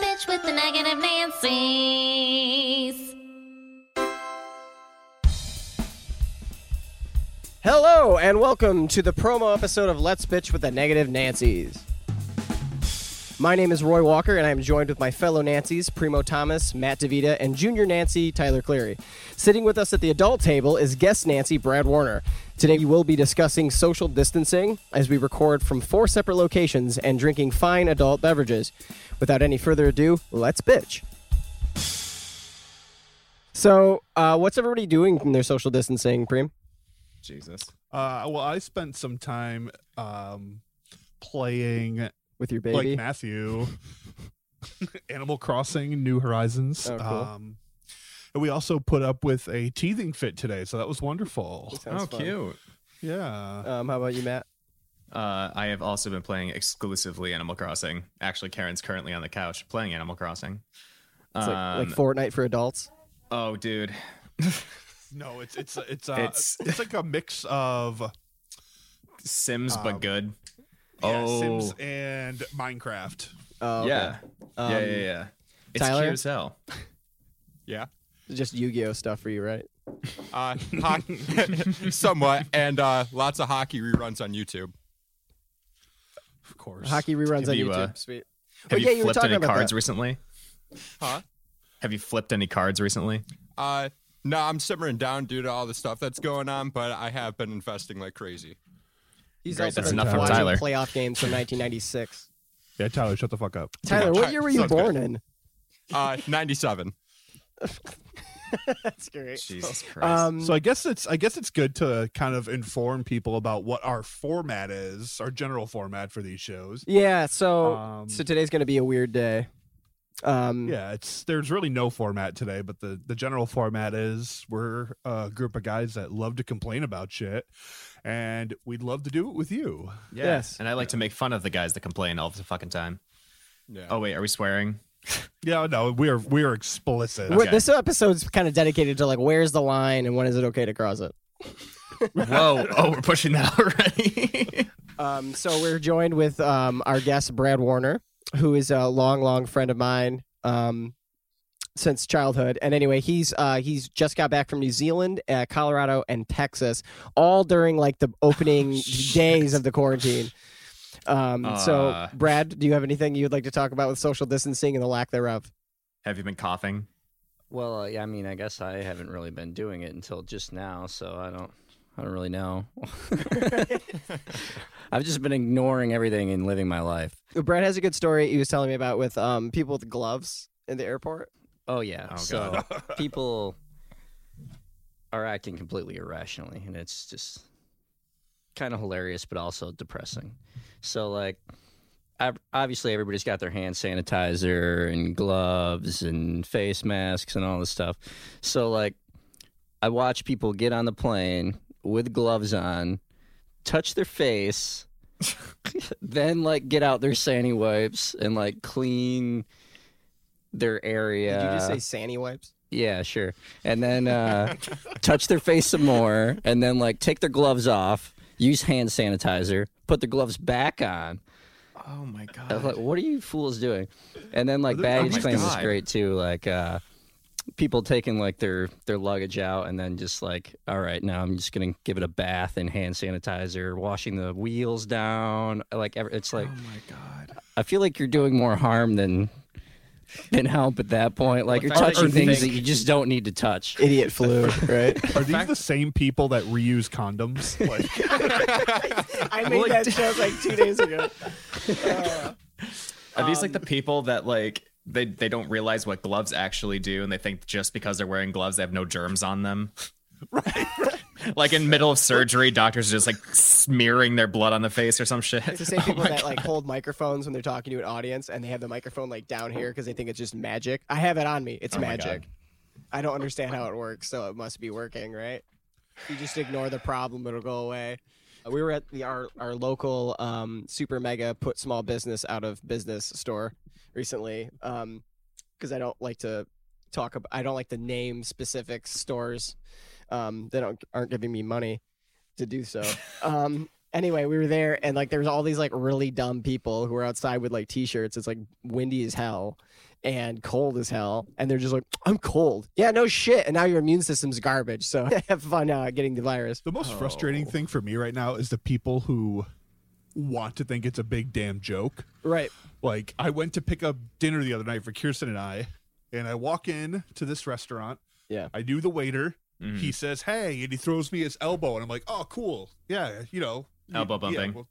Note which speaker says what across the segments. Speaker 1: lunch with the negative Nancy's.
Speaker 2: Hello and welcome to the promo episode of Let's Bitch with the Negative Nancies. My name is Roy Walker and I am joined with my fellow Nancies, Primo Thomas, Matt DeVita, and Junior Nancy, Tyler Cleary. Sitting with us at the adult table is guest Nancy, Brad Warner. Today we will be discussing social distancing as we record from four separate locations and drinking fine adult beverages. Without any further ado, let's bitch. So, uh, what's everybody doing in their social distancing, Prem?
Speaker 3: Jesus.
Speaker 4: Uh, well, I spent some time um, playing
Speaker 2: With your baby?
Speaker 4: like Matthew, Animal Crossing: New Horizons.
Speaker 2: Oh, cool.
Speaker 4: um, and we also put up with a teething fit today, so that was wonderful.
Speaker 2: That sounds
Speaker 3: oh,
Speaker 2: fun.
Speaker 3: cute.
Speaker 4: Yeah.
Speaker 2: Um, how about you, Matt?
Speaker 3: Uh, I have also been playing exclusively Animal Crossing. Actually, Karen's currently on the couch playing Animal Crossing.
Speaker 2: It's like,
Speaker 3: Um,
Speaker 2: like Fortnite for adults.
Speaker 3: oh, dude.
Speaker 4: No, it's it's it's uh,
Speaker 3: It's-
Speaker 4: it's, like a mix of yeah,
Speaker 3: Sims, but
Speaker 4: Um,
Speaker 3: good.
Speaker 4: Sims and Minecraft.
Speaker 2: Oh, okay.
Speaker 3: yeah.
Speaker 2: Um,
Speaker 3: yeah, yeah, yeah. It's
Speaker 2: Tyler?
Speaker 3: cute as hell.
Speaker 5: Yeah.
Speaker 2: Just Yu-Gi-Oh stuff for you, right?
Speaker 5: Uh, hockey, somewhat, and uh, lots of hockey reruns on YouTube.
Speaker 4: Of course,
Speaker 2: Hockey reruns
Speaker 3: Have
Speaker 2: on
Speaker 3: you,
Speaker 2: YouTube.
Speaker 3: uh,
Speaker 2: Sweet.
Speaker 3: Have
Speaker 2: Oh, yeah,
Speaker 3: you
Speaker 2: you were
Speaker 3: flipped
Speaker 2: talking
Speaker 3: any
Speaker 2: about
Speaker 3: cards
Speaker 2: that.
Speaker 3: recently?
Speaker 5: Huh?
Speaker 3: Have you flipped any cards recently?
Speaker 5: Uh, no, I'm simmering down due to all the stuff that's going on, but I have been investing like crazy.
Speaker 2: He's
Speaker 3: Great,
Speaker 2: also
Speaker 3: that's
Speaker 2: been
Speaker 3: enough from
Speaker 2: watching
Speaker 3: Tyler.
Speaker 2: playoff games from 1996.
Speaker 4: Yeah, Tyler, shut the fuck up.
Speaker 2: Tyler, what
Speaker 5: Ty-
Speaker 2: year were you
Speaker 5: sounds good.
Speaker 2: born in?
Speaker 5: Uh, 97.
Speaker 2: That's great.
Speaker 3: Jesus Christ.
Speaker 2: Um,
Speaker 4: So I guess it's I guess it's good to kind of inform people about what our format is, our general format for these shows.
Speaker 2: yeah. So
Speaker 4: Um,
Speaker 2: so today's gonna be a weird day. Um,
Speaker 4: yeah it's there's really no format today but the the general format is we're a group of guys that love to complain about shit and we'd love to do it with you
Speaker 3: yeah.
Speaker 2: yes.
Speaker 3: And I like to make fun of the guys that complain all the fucking time.
Speaker 5: Yeah.
Speaker 3: Oh, wait, are we swearing?
Speaker 4: yeah no we're we're explicit
Speaker 2: We're-
Speaker 3: okay.
Speaker 2: This episode's kind of dedicated to like, where's the line and when is it okay to cross it?
Speaker 3: Whoa. Oh, we're pushing that already.
Speaker 2: Um, so we're joined with um, our guest Brad Warner, who is a long, long friend of mine um, since childhood. And anyway, he's uh, he's just got back from New Zealand, uh, Colorado, and Texas, all during like the opening days of the quarantine. Um, so,
Speaker 3: Uh.
Speaker 2: Brad, do you have anything you'd like to talk about with social distancing and the lack thereof?
Speaker 3: Have you been coughing?
Speaker 6: Well, uh, yeah, I mean, I guess I haven't really been doing it until just now, so I don't, I don't really know. I've just been ignoring everything and living my life.
Speaker 2: Brad has a good story he was telling me about with um, people with gloves in the airport.
Speaker 6: Oh yeah,
Speaker 3: Oh,
Speaker 6: so people are acting completely irrationally, and it's just kind of hilarious, but also depressing. So like, ob- obviously, everybody's got their hand sanitizer and gloves and face masks and all this stuff. So like, I watch people get on the plane with gloves on, touch their face. then like get out their sani wipes and like clean their area.
Speaker 2: Did you just say Sandy wipes?
Speaker 6: Yeah, sure. And then uh, touch their face some more, and then like take their gloves off, use hand sanitizer, put their gloves back on.
Speaker 3: Oh, my God.
Speaker 6: I was like, what are you fools doing? And then like
Speaker 4: Are there- oh
Speaker 6: baggage
Speaker 3: my
Speaker 6: claim is
Speaker 3: God.
Speaker 6: great too. Like uh, people taking like their their luggage out, and then just like, all right, now I'm just gonna give it a bath and hand sanitizer, washing the wheels down. Like every, it's like,
Speaker 3: Oh my god.
Speaker 6: I feel like you're doing more harm than. Than help at that point. Like
Speaker 3: The
Speaker 6: you're
Speaker 3: fact that
Speaker 6: touching
Speaker 3: you
Speaker 6: things
Speaker 3: think-
Speaker 6: that you just don't need to touch.
Speaker 2: Idiot flu, right?
Speaker 4: are these the same people that reuse condoms like
Speaker 2: I made that joke like two days ago.
Speaker 3: Are these like
Speaker 2: Um,
Speaker 3: the people that like they they don't realize what gloves actually do and they think just because they're wearing gloves they have no germs on them? Right. like in middle of surgery, doctors are just like smearing their blood on the face or some shit.
Speaker 2: It's the same
Speaker 3: oh
Speaker 2: people that like hold microphones when they're talking to an audience and they have the microphone like down here because they think it's just magic. I have it on me. It's
Speaker 3: Oh my God.
Speaker 2: magic. I don't understand how it works, so it must be working, right? You just ignore the problem, it'll go away. Uh, We were at the our our local um, super mega put small business out of business store recently because I don't like to talk about I don't like to name specific stores um, that don't, aren't giving me money to do so. Um, Anyway, we were there and like there was all these like really dumb people who were outside with like t-shirts. It's like windy as hell and cold as hell, and they're just like, "I'm cold." Yeah, no shit. And now your immune system's garbage. So have fun uh, getting the virus.
Speaker 4: The most frustrating thing for me right now is the people who want to think it's a big damn joke.
Speaker 2: Right.
Speaker 4: Like I went to pick up dinner the other night for Kirsten and I, and I walk in to this restaurant.
Speaker 2: Yeah.
Speaker 4: I do the waiter.
Speaker 3: Mhm.
Speaker 4: He says, "Hey," and he throws me his elbow, and I'm like, "Oh, cool. Yeah, you know,
Speaker 3: Elbow
Speaker 4: yeah,
Speaker 3: bumping.
Speaker 4: well-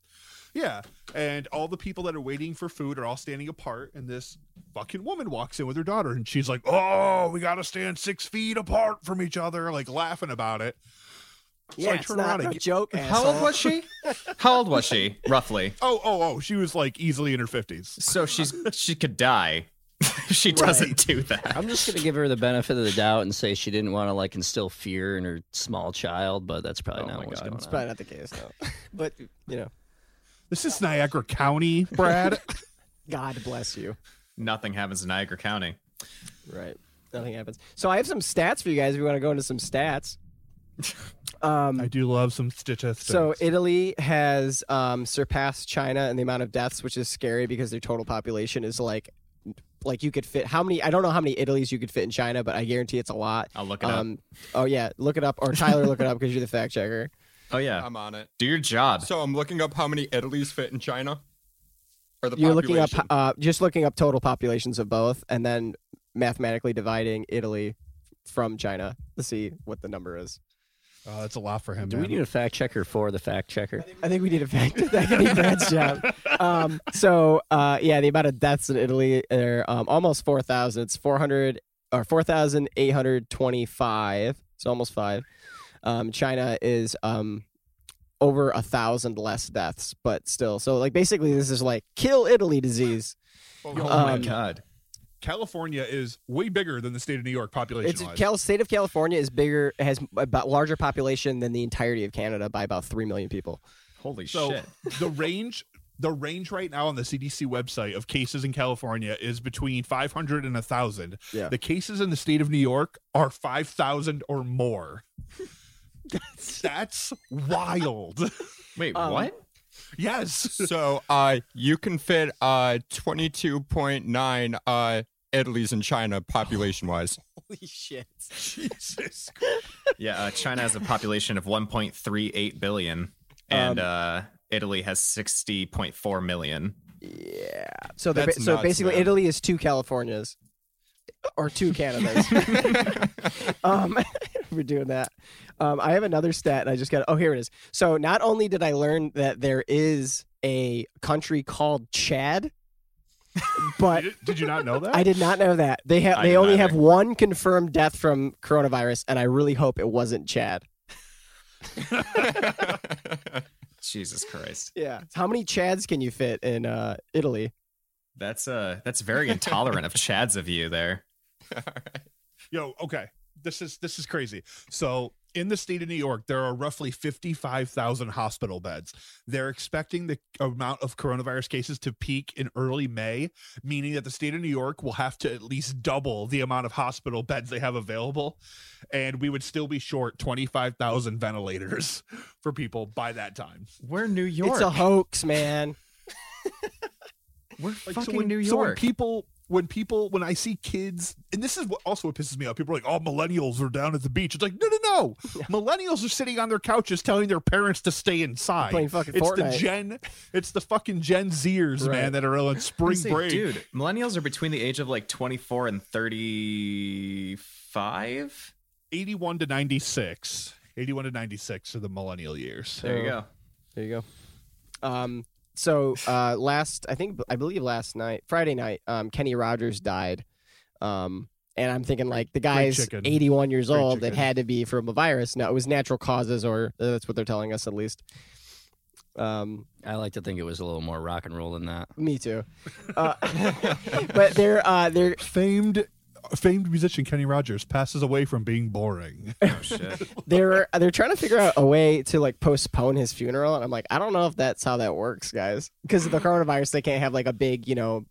Speaker 4: yeah, and all the people that are waiting for food are all standing apart, and this fucking woman walks in with her daughter, and she's like, "Oh, we gotta stand six feet apart from each other," like laughing about it.
Speaker 2: yeah,
Speaker 4: I
Speaker 2: it's
Speaker 4: turn
Speaker 2: not
Speaker 4: around and
Speaker 2: no
Speaker 4: get-
Speaker 2: joke.
Speaker 3: How old was she? How old was she, roughly?
Speaker 4: Oh, oh, oh! She was like easily in her fifties.
Speaker 3: So she's she could die. if she
Speaker 2: Right.
Speaker 3: doesn't do that.
Speaker 6: I'm just gonna give her the benefit of the doubt and say she didn't want to like instill fear in her small child, but that's probably
Speaker 3: Oh
Speaker 6: not
Speaker 3: my
Speaker 6: what's
Speaker 3: God.
Speaker 6: going
Speaker 2: It's
Speaker 6: on.
Speaker 2: probably not the case though. but you know,
Speaker 4: This is Niagara County, Brad.
Speaker 2: God bless you.
Speaker 3: Nothing happens in Niagara County.
Speaker 2: Right. Nothing happens. So I have some stats for you guys. If you want to go into some stats. Um,
Speaker 4: I do love some statistics.
Speaker 2: So Italy has um, surpassed China in the amount of deaths, which is scary because their total population is like, like you could fit how many? I don't know how many Italies you could fit in China, but I guarantee it's a lot.
Speaker 3: I'll look it up.
Speaker 2: Oh yeah, look it up, or Tyler, look it up because you're the fact checker.
Speaker 3: Oh
Speaker 2: um,
Speaker 3: yeah,
Speaker 5: I'm on it.
Speaker 3: do your job.
Speaker 5: So I'm looking up how many Italy's fit in China. Or the
Speaker 2: You're looking
Speaker 5: population.
Speaker 2: up, uh, just looking up total populations of both, and then mathematically dividing Italy from China to see what the number is.
Speaker 4: uh, that's a lot for him.
Speaker 6: Do we
Speaker 4: man.
Speaker 6: need a fact checker for the fact checker?
Speaker 2: I think we need a fact. That could be Brad's job. Um, so, uh, yeah, the amount of deaths in Italy are um, almost 4,000. It's 400 or 4,825. So almost five. Um, China is um, over a thousand less deaths, but still. So, like, basically, this is like kill Italy disease.
Speaker 5: Oh,
Speaker 3: Oh
Speaker 5: my
Speaker 3: my
Speaker 2: um,
Speaker 3: god.
Speaker 4: California is way bigger than the state of New York population
Speaker 2: It's
Speaker 4: wise.
Speaker 2: Cal- state of California is bigger, has about larger population than the entirety of Canada by about three million people.
Speaker 3: Holy
Speaker 4: so
Speaker 3: shit.
Speaker 4: the range, the range right now on the CDC website of cases in California is between 500 and 1,000.
Speaker 2: Yeah.
Speaker 4: The cases in the state of New York are 5,000 or more. That's wild.
Speaker 3: Wait,
Speaker 2: um,
Speaker 3: what?
Speaker 4: yes.
Speaker 5: so uh you can fit uh 22.9 uh Italy's in China population wise.
Speaker 2: Holy shit.
Speaker 4: Jesus.
Speaker 3: Yeah, uh, China has a population of 1.38 billion, and
Speaker 4: Um,
Speaker 3: uh, Italy has 60.4 million.
Speaker 2: Yeah. So the,
Speaker 5: That's
Speaker 2: so
Speaker 5: nuts,
Speaker 2: basically,
Speaker 5: man.
Speaker 2: Italy is two Californias, or two Canadas. um, we're doing that. Um, I have another stat, and I just got. Oh, here it is. So not only did I learn that there is a country called Chad, but
Speaker 4: Did, did you not know that?
Speaker 2: I did not know that they have.
Speaker 3: I
Speaker 2: They
Speaker 3: did
Speaker 2: only
Speaker 3: not
Speaker 2: have
Speaker 3: either.
Speaker 2: one confirmed death from coronavirus, and I really hope it wasn't Chad.
Speaker 3: Jesus Christ,
Speaker 2: Yeah. How many Chads can you fit in uh, Italy?
Speaker 3: that's uh that's very intolerant of Chad's of you there.
Speaker 4: Yo, okay. This is this is crazy. So in the state of New York, there are roughly 55,000 hospital beds. They're expecting the amount of coronavirus cases to peak in early May, meaning that the state of New York will have to at least double the amount of hospital beds they have available. And we would still be short 25,000 ventilators for people by that time.
Speaker 3: We're New York.
Speaker 2: It's a hoax, man.
Speaker 3: We're
Speaker 4: Like,
Speaker 3: fucking
Speaker 4: so when,
Speaker 3: New
Speaker 4: so when
Speaker 3: York.
Speaker 4: people when people when I see kids, and this is what also what pisses me off. People are like, "Oh, millennials are down at the beach." It's like, no, no, no. Millennials are sitting on their couches telling their parents to stay inside.
Speaker 2: Playing fucking
Speaker 4: it's the
Speaker 2: Fortnite.
Speaker 4: Gen, it's the fucking Gen Zers,
Speaker 2: Right.
Speaker 4: man, that are on spring
Speaker 3: Honestly,
Speaker 4: break.
Speaker 3: dude. Millennials are between the age of like 24 and 35.
Speaker 4: Eighty-one to ninety-six. 81 to 96 are the millennial years.
Speaker 3: There you
Speaker 2: Oh.
Speaker 3: go.
Speaker 2: There you go. Um, so uh, last, I think, I believe last night, Friday night, um, Kenny Rogers died. Um, and I'm thinking like the guy's
Speaker 4: chicken.
Speaker 2: 81 years
Speaker 4: Great
Speaker 2: old. It
Speaker 4: chicken.
Speaker 2: had to be from a virus. No, it was natural causes, or uh, that's what they're telling us at least. Um,
Speaker 6: I like to think it was a little more rock and roll than that.
Speaker 2: me too. Uh, but they're uh, they're
Speaker 4: Famed famed musician Kenny Rogers passes away from being boring.
Speaker 3: Oh shit.
Speaker 2: they're uh, they're trying to figure out a way to like postpone his funeral and i'm like i don't know if that's how that works guys because of the coronavirus they can't have like a big you know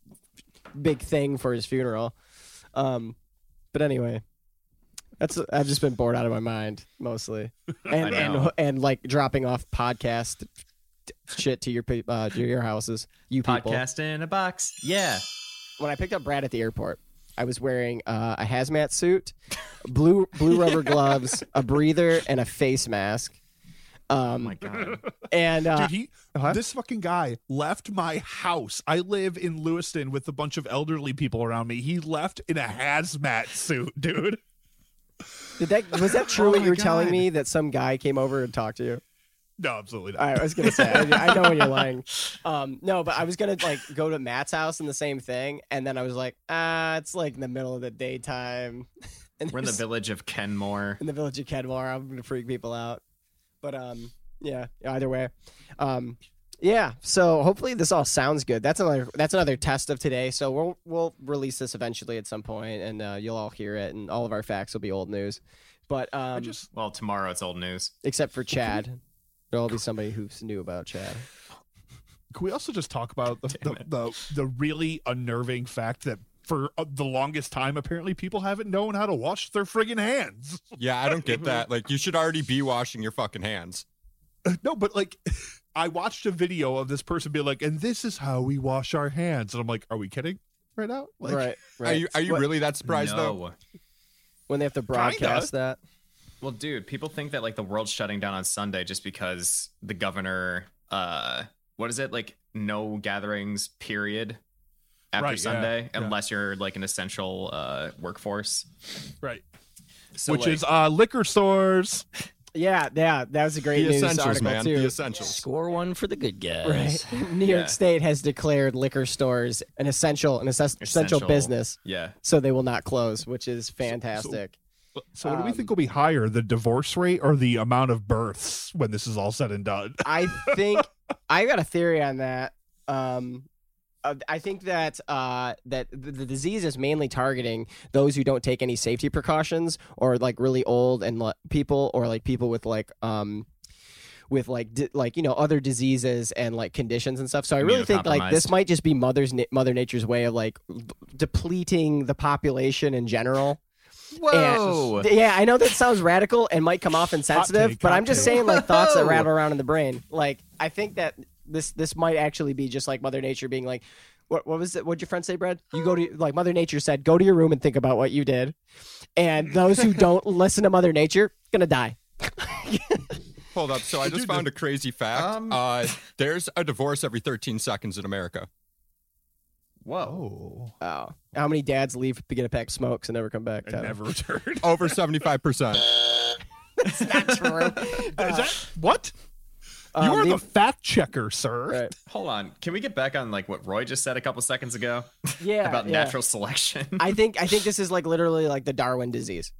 Speaker 2: big thing for his funeral um but anyway that's i've just been bored out of my mind mostly and and,
Speaker 3: know.
Speaker 2: and like dropping off podcast shit to your pe- uh, to your houses. You people.
Speaker 3: Podcast in a box. Yeah.
Speaker 2: When I picked up Brad at the airport, I was wearing uh, a hazmat suit, blue blue rubber gloves, a breather, and a face mask.
Speaker 3: Oh
Speaker 2: Um,
Speaker 3: my god.
Speaker 2: and uh,
Speaker 4: Dude, he this fucking guy left my house. I live in Lewiston with a bunch of elderly people around me. He left in a hazmat suit, dude.
Speaker 2: did that was
Speaker 3: Oh
Speaker 2: that true? what
Speaker 5: my
Speaker 2: you were telling
Speaker 5: God.
Speaker 2: me that some guy came over and talked to you?
Speaker 4: No, absolutely not.
Speaker 2: I was gonna say, I, I know when you're lying. Um, no, but I was gonna like go to Matt's house and the same thing, and then I was like, ah, it's like in the middle of the daytime. And
Speaker 3: We're in the
Speaker 2: there's-
Speaker 3: village of Kenmore.
Speaker 2: in the village of Kedmar. I'm gonna freak people out, but um, yeah. Either way, um, yeah. So hopefully this all sounds good. That's another that's another test of today. So we'll we'll release this eventually at some point, and uh, you'll all hear it, and all of our facts will be old news. But
Speaker 4: I
Speaker 2: um,
Speaker 4: just
Speaker 3: Well, tomorrow it's old news.
Speaker 2: except for Chad, there'll be somebody who's new about Chad.
Speaker 4: can we also just talk about the
Speaker 3: Damn
Speaker 4: the, the, the really unnerving fact that for uh, the longest time, apparently people haven't known how to wash their friggin' hands.
Speaker 5: Yeah, I don't get that. Like, you should already be washing your fucking hands.
Speaker 4: No, but like I watched a video of this person being like, and this is how we wash our hands. And I'm like, are we kidding right now? Like,
Speaker 2: right,
Speaker 5: Are you are you
Speaker 2: What-
Speaker 5: really that surprised though?
Speaker 2: when they have to broadcast that?
Speaker 3: Well, dude, people think that like the world's shutting down on Sunday just because the governor, uh, what is it like? No gatherings, period. After
Speaker 4: Right, yeah,
Speaker 3: Sunday,
Speaker 4: yeah.
Speaker 3: unless you're like an essential uh, workforce,
Speaker 4: Right.
Speaker 3: so,
Speaker 4: Which
Speaker 3: like,
Speaker 4: is uh liquor stores.
Speaker 2: Yeah, yeah, that was a great
Speaker 5: The
Speaker 2: news
Speaker 5: essentials,
Speaker 2: article
Speaker 5: man.
Speaker 2: too.
Speaker 5: The essentials.
Speaker 6: Score one for the good guys.
Speaker 2: Right. New York
Speaker 3: Yeah.
Speaker 2: State has declared liquor stores an essential an essential, essential
Speaker 3: Essential.
Speaker 2: business,
Speaker 3: yeah,
Speaker 2: so they will not close, which is fantastic.
Speaker 4: So what do we
Speaker 2: Um,
Speaker 4: think will be higher, the divorce rate or the amount of births when this is all said and done?
Speaker 2: I think I got a theory on that. Um, uh, I think that uh, that the, the disease is mainly targeting those who don't take any safety precautions, or like really old and le- people, or like people with like um, with like di- like you know other diseases and like conditions and stuff. So I really think like this
Speaker 3: Immunocompromised.
Speaker 2: might just be mother's na- mother nature's way of like d- depleting the population in general. And- yeah, I know that sounds radical and might come off insensitive,
Speaker 4: take,
Speaker 2: but
Speaker 4: Oh. hot
Speaker 2: I'm just
Speaker 4: take. Oh.
Speaker 2: saying like thoughts that rattle around in the brain. Like I think that this this might actually be just like Mother Nature being like, what what was it? What'd your friend say, Brad? You go to like Mother Nature said, go to your room and think about what you did, and those who don't listen to Mother Nature gonna die.
Speaker 5: Hold up. So I just found a crazy fact.
Speaker 3: Um,
Speaker 5: uh, there's a divorce every 13 seconds in America.
Speaker 3: whoa,
Speaker 4: Oh.
Speaker 2: Oh, how many dads leave to get a pack of smokes and never come back?
Speaker 4: And
Speaker 2: Tyler?
Speaker 4: never returned.
Speaker 5: Over 75 percent.
Speaker 2: That's
Speaker 4: Oh.
Speaker 2: not true.
Speaker 4: is that what?
Speaker 2: Um,
Speaker 4: you are the
Speaker 2: leave-
Speaker 4: fact checker, sir.
Speaker 2: Right.
Speaker 3: hold on, can we get back on like what Roy just said a couple seconds ago
Speaker 2: Yeah,
Speaker 3: about
Speaker 2: yeah.
Speaker 3: natural selection?
Speaker 2: I think I think this is like literally like the Darwin disease.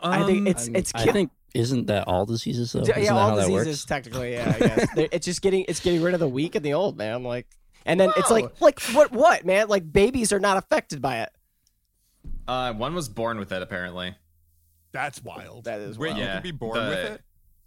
Speaker 2: I think
Speaker 3: Um,
Speaker 2: it's it's
Speaker 6: I
Speaker 2: kill-
Speaker 6: think isn't that all diseases though?
Speaker 2: D-
Speaker 6: Isn't
Speaker 2: yeah,
Speaker 6: that
Speaker 2: all
Speaker 6: how that
Speaker 2: diseases
Speaker 6: works?
Speaker 2: technically. Yeah, I guess They're- it's just getting it's getting rid of the weak and the old, man. Like, and then it's like like what what man? Like babies are not affected by it.
Speaker 3: uh, one was born with it apparently.
Speaker 4: That's wild.
Speaker 2: That is
Speaker 5: Wait,
Speaker 2: wild.
Speaker 5: you
Speaker 3: Yeah,
Speaker 5: can be born
Speaker 3: the-
Speaker 5: with it?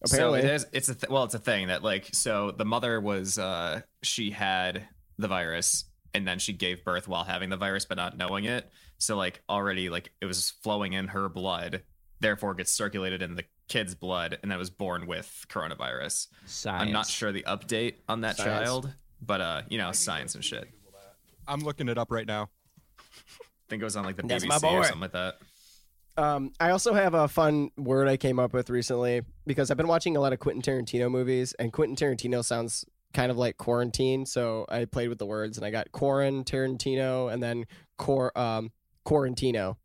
Speaker 2: Apparently.
Speaker 3: So it is. It's a th- well, it's a thing that like so the mother was uh she had the virus and then she gave birth while having the virus but not knowing it. So like already like it was flowing in her blood, therefore gets circulated in the kid's blood and that was born with coronavirus.
Speaker 6: Science.
Speaker 3: I'm not sure the update on that
Speaker 2: Science.
Speaker 3: child, but uh you know science and shit. I
Speaker 5: I'm looking it up right now.
Speaker 3: think it was on like the
Speaker 2: That's
Speaker 3: BBC
Speaker 2: my boy.
Speaker 3: or something like that.
Speaker 2: Um, I also have a fun word I came up with recently because I've been watching a lot of Quentin Tarantino movies, and Quentin Tarantino sounds kind of like quarantine. So I played with the words, and I got Corin Tarantino, and then cor um Quarantino.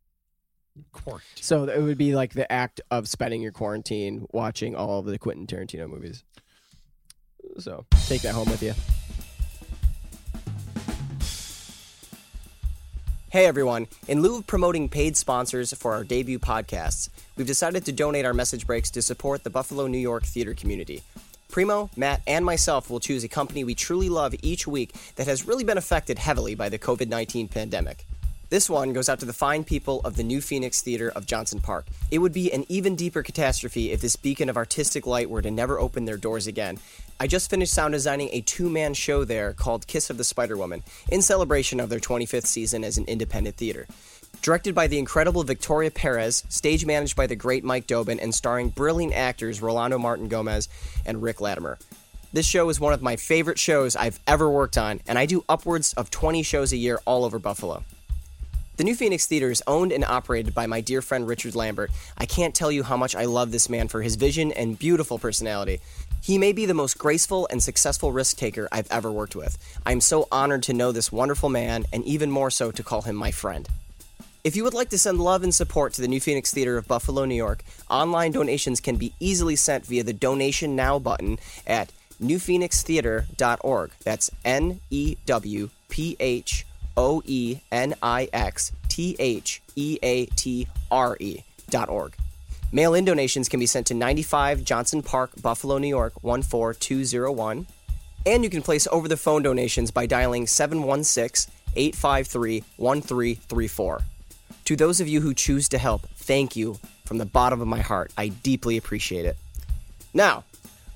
Speaker 4: Quark.
Speaker 2: So it would be like the act of spending your quarantine watching all of the Quentin Tarantino movies. So take that home with you. Hey everyone, in lieu of promoting paid sponsors for our debut podcasts, we've decided to donate our message breaks to support the Buffalo, New York theater community. Primo, Matt, and myself will choose a company we truly love each week that has really been affected heavily by the COVID 19 pandemic. This one goes out to the fine people of the New Phoenix Theater of Johnson Park. It would be an even deeper catastrophe if this beacon of artistic light were to never open their doors again. I just finished sound designing a two man show there called Kiss of the Spider Woman in celebration of their 25th season as an independent theater. Directed by the incredible Victoria Perez, stage managed by the great Mike Dobin, and starring brilliant actors Rolando Martin Gomez and Rick Latimer. This show is one of my favorite shows I've ever worked on, and I do upwards of 20 shows a year all over Buffalo. The New Phoenix Theater is owned and operated by my dear friend Richard Lambert. I can't tell you how much I love this man for his vision and beautiful personality. He may be the most graceful and successful risk taker I've ever worked with. I am so honored to know this wonderful man, and even more so to call him my friend. If you would like to send love and support to the New Phoenix Theater of Buffalo, New York, online donations can be easily sent via the Donation Now button at newphoenixtheater.org. That's N E W P H O E N I X T H E A T R E dot org. Mail in donations can be sent to 95 Johnson Park, Buffalo, New York 14201. And you can place over the phone donations by dialing 716 853 1334. To those of you who choose to help, thank you from the bottom of my heart. I deeply appreciate it. Now,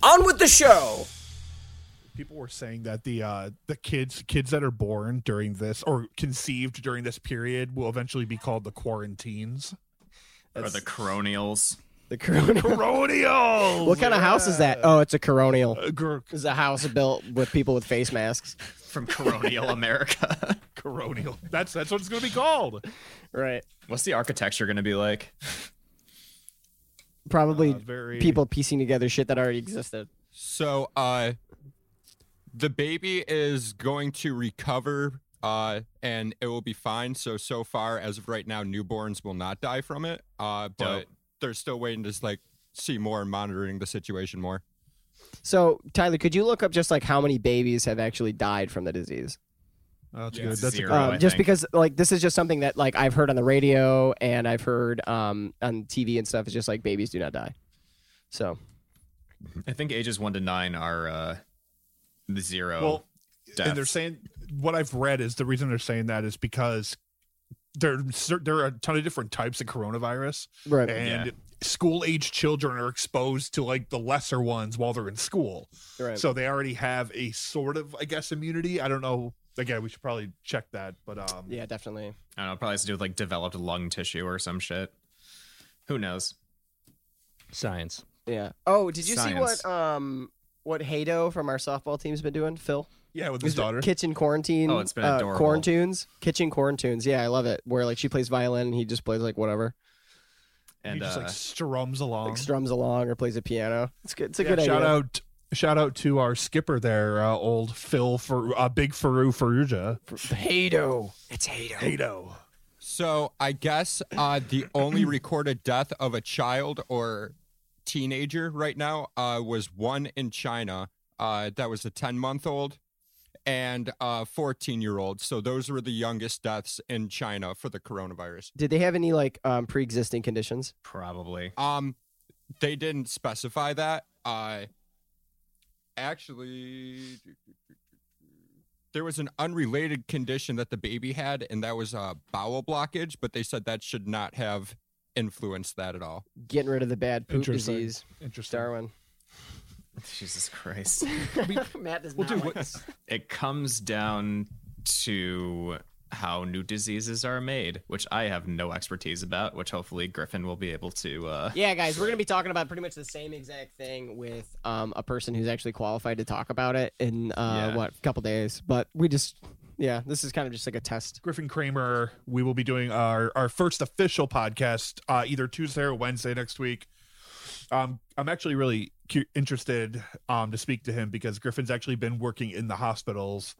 Speaker 2: on with the show.
Speaker 4: people were saying that the uh the kids kids that are born during this or conceived during this period will eventually be called the quarantines
Speaker 3: or the coronials.
Speaker 2: The coronial.
Speaker 4: Coronial.
Speaker 2: What kind of house is that? Oh, it's a coronial.
Speaker 4: Gr-
Speaker 2: It's a house built with people with face masks.
Speaker 3: From Coronial America.
Speaker 4: coronial that's that's what it's gonna be called
Speaker 2: Right.
Speaker 3: What's the architecture going to be like?
Speaker 2: Probably
Speaker 4: Uh, very-
Speaker 2: people piecing together shit that already existed.
Speaker 5: So, uh, the baby is going to recover, uh, and it will be fine. So, so far as of right now, newborns will not die from it. Uh, but
Speaker 3: Dope.
Speaker 5: they're still waiting to like see more and monitoring the situation more.
Speaker 2: So, Tyler, could you look up just like how many babies have actually died from the disease?
Speaker 4: Oh, that's
Speaker 3: Yeah,
Speaker 4: good that's
Speaker 3: zero.
Speaker 4: a good
Speaker 3: I
Speaker 2: Um, just
Speaker 3: think.
Speaker 2: because like this is just something that like I've heard on the radio and I've heard um, on TV and stuff. It's just like babies do not die. So
Speaker 3: I think ages one to nine are uh, the
Speaker 2: Um,
Speaker 3: zero.
Speaker 4: well and they're
Speaker 3: deaths.
Speaker 4: saying what i've read is the reason they're saying that is because there, there are a ton of different types of coronavirus
Speaker 2: right.
Speaker 4: and school age children are exposed to like the lesser ones while they're in school
Speaker 2: right.
Speaker 4: so they already have a sort of i guess immunity i don't know again we should probably check that but um
Speaker 2: yeah, definitely.
Speaker 3: I don't know. Probably has to do with like developed lung tissue or some shit. Who knows?
Speaker 6: Science.
Speaker 2: Yeah. Oh, did you
Speaker 3: Science.
Speaker 2: see what um what Haydo from our softball team's been doing, Phil?
Speaker 4: yeah with his daughter
Speaker 2: Kitchen quarantine.
Speaker 3: Oh, it's been
Speaker 2: uh,
Speaker 3: adorable.
Speaker 2: quarantunes. Kitchen quarantunes. Yeah, I love it. Where like she plays violin and he just plays like whatever,
Speaker 3: And
Speaker 4: he just
Speaker 3: uh,
Speaker 4: like strums along
Speaker 2: like strums along or plays a piano. It's good. It's a
Speaker 4: Yeah,
Speaker 2: good
Speaker 4: shout
Speaker 2: idea.
Speaker 4: out shout out to our skipper there uh, old phil for uh, big faru faruja
Speaker 2: Haydo. It's Haydo.
Speaker 4: Hato.
Speaker 5: So, I guess uh, the only recorded death of a child or teenager right now uh, was one in China. Uh, that was a 10 month old and a 14 year old. So, those were the youngest deaths in China for the coronavirus.
Speaker 2: Did they have any like um, pre-existing conditions?
Speaker 3: probably.
Speaker 5: Um, they didn't specify that. Uh, actually, there was an unrelated condition that the baby had, and that was a bowel blockage. But they said that should not have influenced that at all.
Speaker 2: Getting rid of the bad poop
Speaker 4: Interesting.
Speaker 2: disease.
Speaker 4: interesting
Speaker 2: Darwin.
Speaker 3: Jesus Christ.
Speaker 2: Matt does
Speaker 4: Well,
Speaker 2: not like
Speaker 4: dude, what-
Speaker 2: this.
Speaker 3: it comes down to how new diseases are made, which I have no expertise about, which hopefully Griffin will be able to. Uh,
Speaker 2: Yeah, guys, we're gonna be talking about pretty much the same exact thing with um, a person who's actually qualified to talk about it in uh,
Speaker 3: Yeah.
Speaker 2: what a couple days. But we just, yeah, this is kind of just like a test.
Speaker 4: griffin kramer we will be doing our our first official podcast uh either tuesday or wednesday next week um i'm actually really cu- interested um to speak to him because griffin's actually been working in the hospitals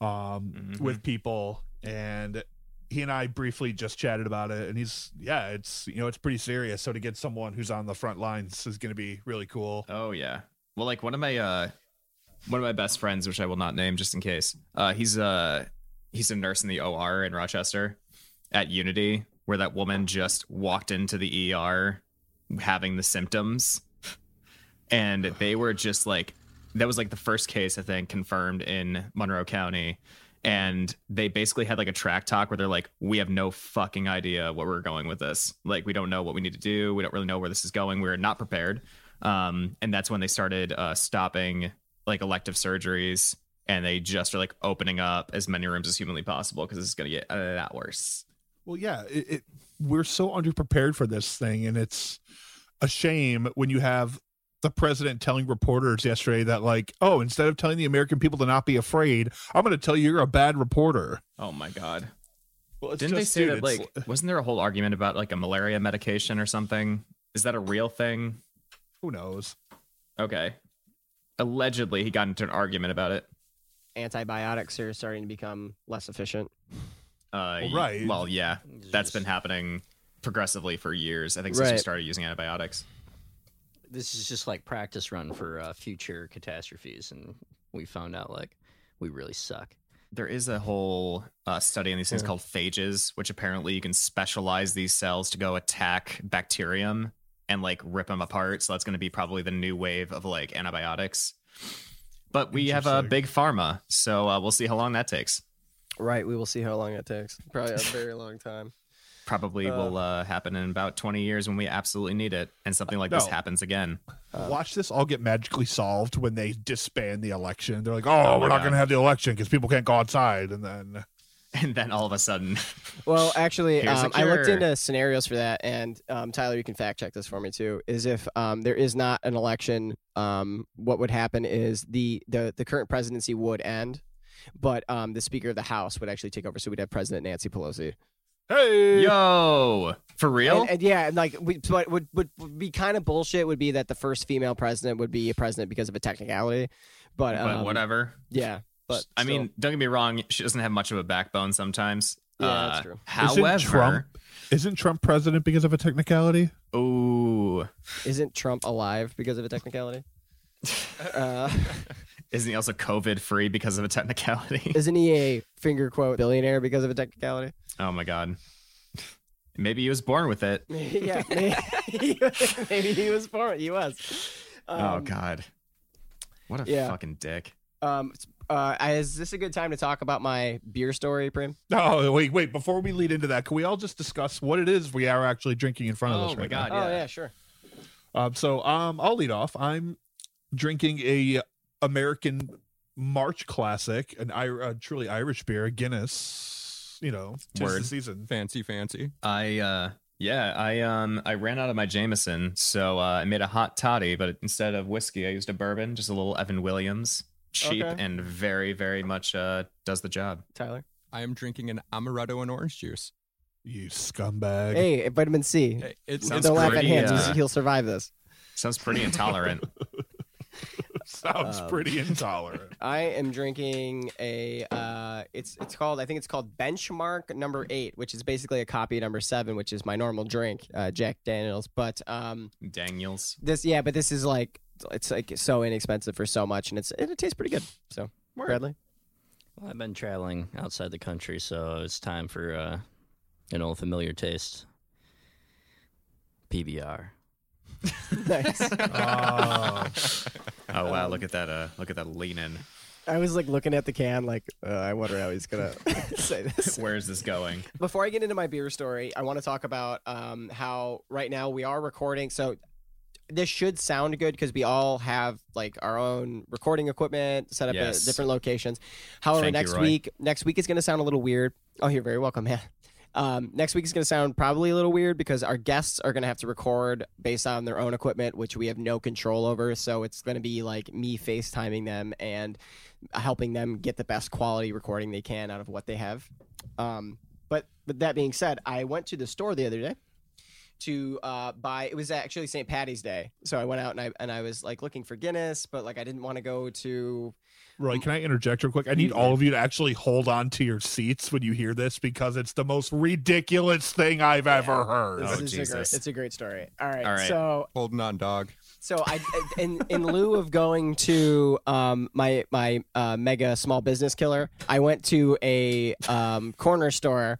Speaker 4: um
Speaker 3: Mhm.
Speaker 4: with people and he and I briefly just chatted about it and he's yeah it's you know it's pretty serious so to get someone who's on the front lines is going to be really cool
Speaker 3: Oh yeah. Well, like one of my uh, one of my best friends, which I will not name just in case. Uh, he's uh, he's a nurse in the OR in Rochester at Unity, where that woman just walked into the ER having the symptoms, and they were just like, that was like the first case I think confirmed in Monroe County. And they basically had like a track talk where they're like, we have no fucking idea what we're going with this. Like, we don't know what we need to do. We don't really know where this is going. We're not prepared um, and that's when they started uh, stopping like elective surgeries and they just are like opening up as many rooms as humanly possible because it's going to get a lot worse
Speaker 4: Well, yeah, it, it we're so underprepared for this thing, and it's a shame when you have the president telling reporters yesterday that like, oh, instead of telling the American people to not be afraid, I'm going to tell you you're a bad reporter.
Speaker 3: Oh my god.
Speaker 4: Well,
Speaker 3: Didn't they say that like wasn't there a whole argument about like a malaria medication or something? Is that a real thing?
Speaker 4: who knows?
Speaker 3: Okay. Allegedly he got into an argument about it.
Speaker 2: Antibiotics are starting to become less efficient.
Speaker 3: Uh,
Speaker 4: Well,
Speaker 3: y-
Speaker 4: right.
Speaker 3: Well, yeah,
Speaker 6: It's
Speaker 3: that's
Speaker 6: just-
Speaker 3: been happening progressively for years. I think since we
Speaker 2: Right.
Speaker 3: started using antibiotics.
Speaker 6: this is just like practice run for uh, future catastrophes, and we found out like we really suck.
Speaker 3: There is a whole uh, study on these things
Speaker 2: Yeah.
Speaker 3: called phages, which apparently you can specialize these cells to go attack bacterium and like rip them apart. So that's going to be probably the new wave of like antibiotics. But we have a uh,
Speaker 4: Interesting.
Speaker 3: big pharma, so uh, we'll see how long that takes.
Speaker 2: Right. We will see how long it takes. Probably a very long time.
Speaker 3: Probably
Speaker 2: Uh,
Speaker 3: will uh, happen in about 20 years when we absolutely need it, and something like this
Speaker 4: No.
Speaker 3: happens again.
Speaker 4: Watch this all get magically solved when they disband the election. They're like, oh,
Speaker 3: Oh my
Speaker 4: we're not going
Speaker 3: God.
Speaker 4: to have the election because people can't go outside. And then
Speaker 3: And then all of a sudden,
Speaker 2: Well, actually,
Speaker 3: Here's a
Speaker 2: um, I looked
Speaker 3: cure.
Speaker 2: into scenarios for that, and um, Tyler, you can fact check this for me too. Is if um, there is not an election, um, what would happen is the the the current presidency would end, but um, the Speaker of the House would actually take over. So we'd have President Nancy Pelosi.
Speaker 4: hey,
Speaker 3: yo, for real?
Speaker 2: And, and yeah, and like, we, what would, would would be kind of bullshit would be that the first female president would be a president because of a technicality, but, um,
Speaker 3: but whatever.
Speaker 2: Yeah, but
Speaker 3: I
Speaker 2: still.
Speaker 3: mean, don't get me wrong. She doesn't have much of a backbone sometimes.
Speaker 2: Yeah,
Speaker 3: uh,
Speaker 2: that's true.
Speaker 3: However,
Speaker 4: Isn't Trump- isn't Trump president because of a technicality?
Speaker 3: ooh,
Speaker 2: isn't Trump alive because of a technicality? uh,
Speaker 3: isn't he also COVID free because of a technicality?
Speaker 2: isn't he a finger quote billionaire because of a technicality?
Speaker 3: oh my god. Maybe he was born with it.
Speaker 2: yeah, maybe, maybe he was born. He was.
Speaker 3: oh
Speaker 2: Um,
Speaker 3: god. What a
Speaker 2: yeah.
Speaker 3: fucking dick.
Speaker 2: Um, uh, is this a good time to talk about my beer story, Prim?
Speaker 4: No, Oh, wait, wait. Before we lead into that, can we all just discuss what it is we are actually drinking in front of
Speaker 3: Oh
Speaker 4: us
Speaker 3: my
Speaker 4: right
Speaker 3: God.
Speaker 4: now?
Speaker 2: Oh
Speaker 3: yeah.
Speaker 2: yeah, sure.
Speaker 4: Um, so um, I'll lead off. I'm drinking a American March classic, an I- uh, truly Irish beer, Guinness. You know, tis
Speaker 3: Word.
Speaker 4: the season.
Speaker 5: Fancy, fancy.
Speaker 3: I uh yeah, I um I ran out of my Jameson, so uh, I made a hot toddy, but instead of whiskey, I used a bourbon, just a little Evan Williams. Cheap
Speaker 2: Okay.
Speaker 3: and very, very much uh does the job.
Speaker 2: Tyler.
Speaker 5: I am drinking an amaretto and orange juice.
Speaker 4: You scumbag.
Speaker 2: Hey, vitamin C.
Speaker 5: It- It's
Speaker 3: Sounds
Speaker 2: Don't laugh at
Speaker 3: pretty,
Speaker 2: him.
Speaker 3: uh,
Speaker 2: He's- He'll survive this.
Speaker 3: Sounds pretty intolerant.
Speaker 4: Sounds
Speaker 2: Um,
Speaker 4: pretty intolerant.
Speaker 2: I am drinking a. Uh, it's it's called. I think it's called Benchmark Number Eight, which is basically a copy of Number Seven, which is my normal drink, uh, Jack Daniels. But um,
Speaker 3: Daniels.
Speaker 2: this yeah, but this is like it's like so inexpensive for so much, and it's and it tastes pretty good. So Bradley,
Speaker 6: Well, I've been traveling outside the country, so it's time for uh, an old familiar taste. PBR.
Speaker 2: nice.
Speaker 4: Oh,
Speaker 3: Oh wow, look at that uh look at that lean in.
Speaker 2: I was like looking at the can, like uh, I wonder how he's gonna say this.
Speaker 3: Where is this going?
Speaker 2: Before I get into my beer story, I want to talk about um, how right now we are recording. So this should sound good because we all have like our own recording equipment set up
Speaker 3: Yes.
Speaker 2: at different locations. However,
Speaker 3: Thank you,
Speaker 2: next
Speaker 3: Roy.
Speaker 2: week, next week is going to sound a little weird. Oh, you're very welcome, man. Um, next week is going to sound probably a little weird because our guests are going to have to record based on their own equipment, which we have no control over. So it's going to be like me FaceTiming them and helping them get the best quality recording they can out of what they have. Um, but with that being said, I went to the store the other day to uh, buy. It was actually St. Patty's Day, so I went out and I and I was like looking for Guinness, but like I didn't want to go to.
Speaker 4: Roy, can I interject real quick? I need all of you to actually hold on to your seats when you hear this because it's the most ridiculous thing I've ever heard.
Speaker 2: This
Speaker 3: Oh,
Speaker 2: is A great,
Speaker 3: Jesus.
Speaker 2: it's a great story. All right,
Speaker 3: All right.
Speaker 2: so
Speaker 5: holding on, dog.
Speaker 2: so I in in lieu of going to um my my uh, mega small business killer, I went to a um corner store.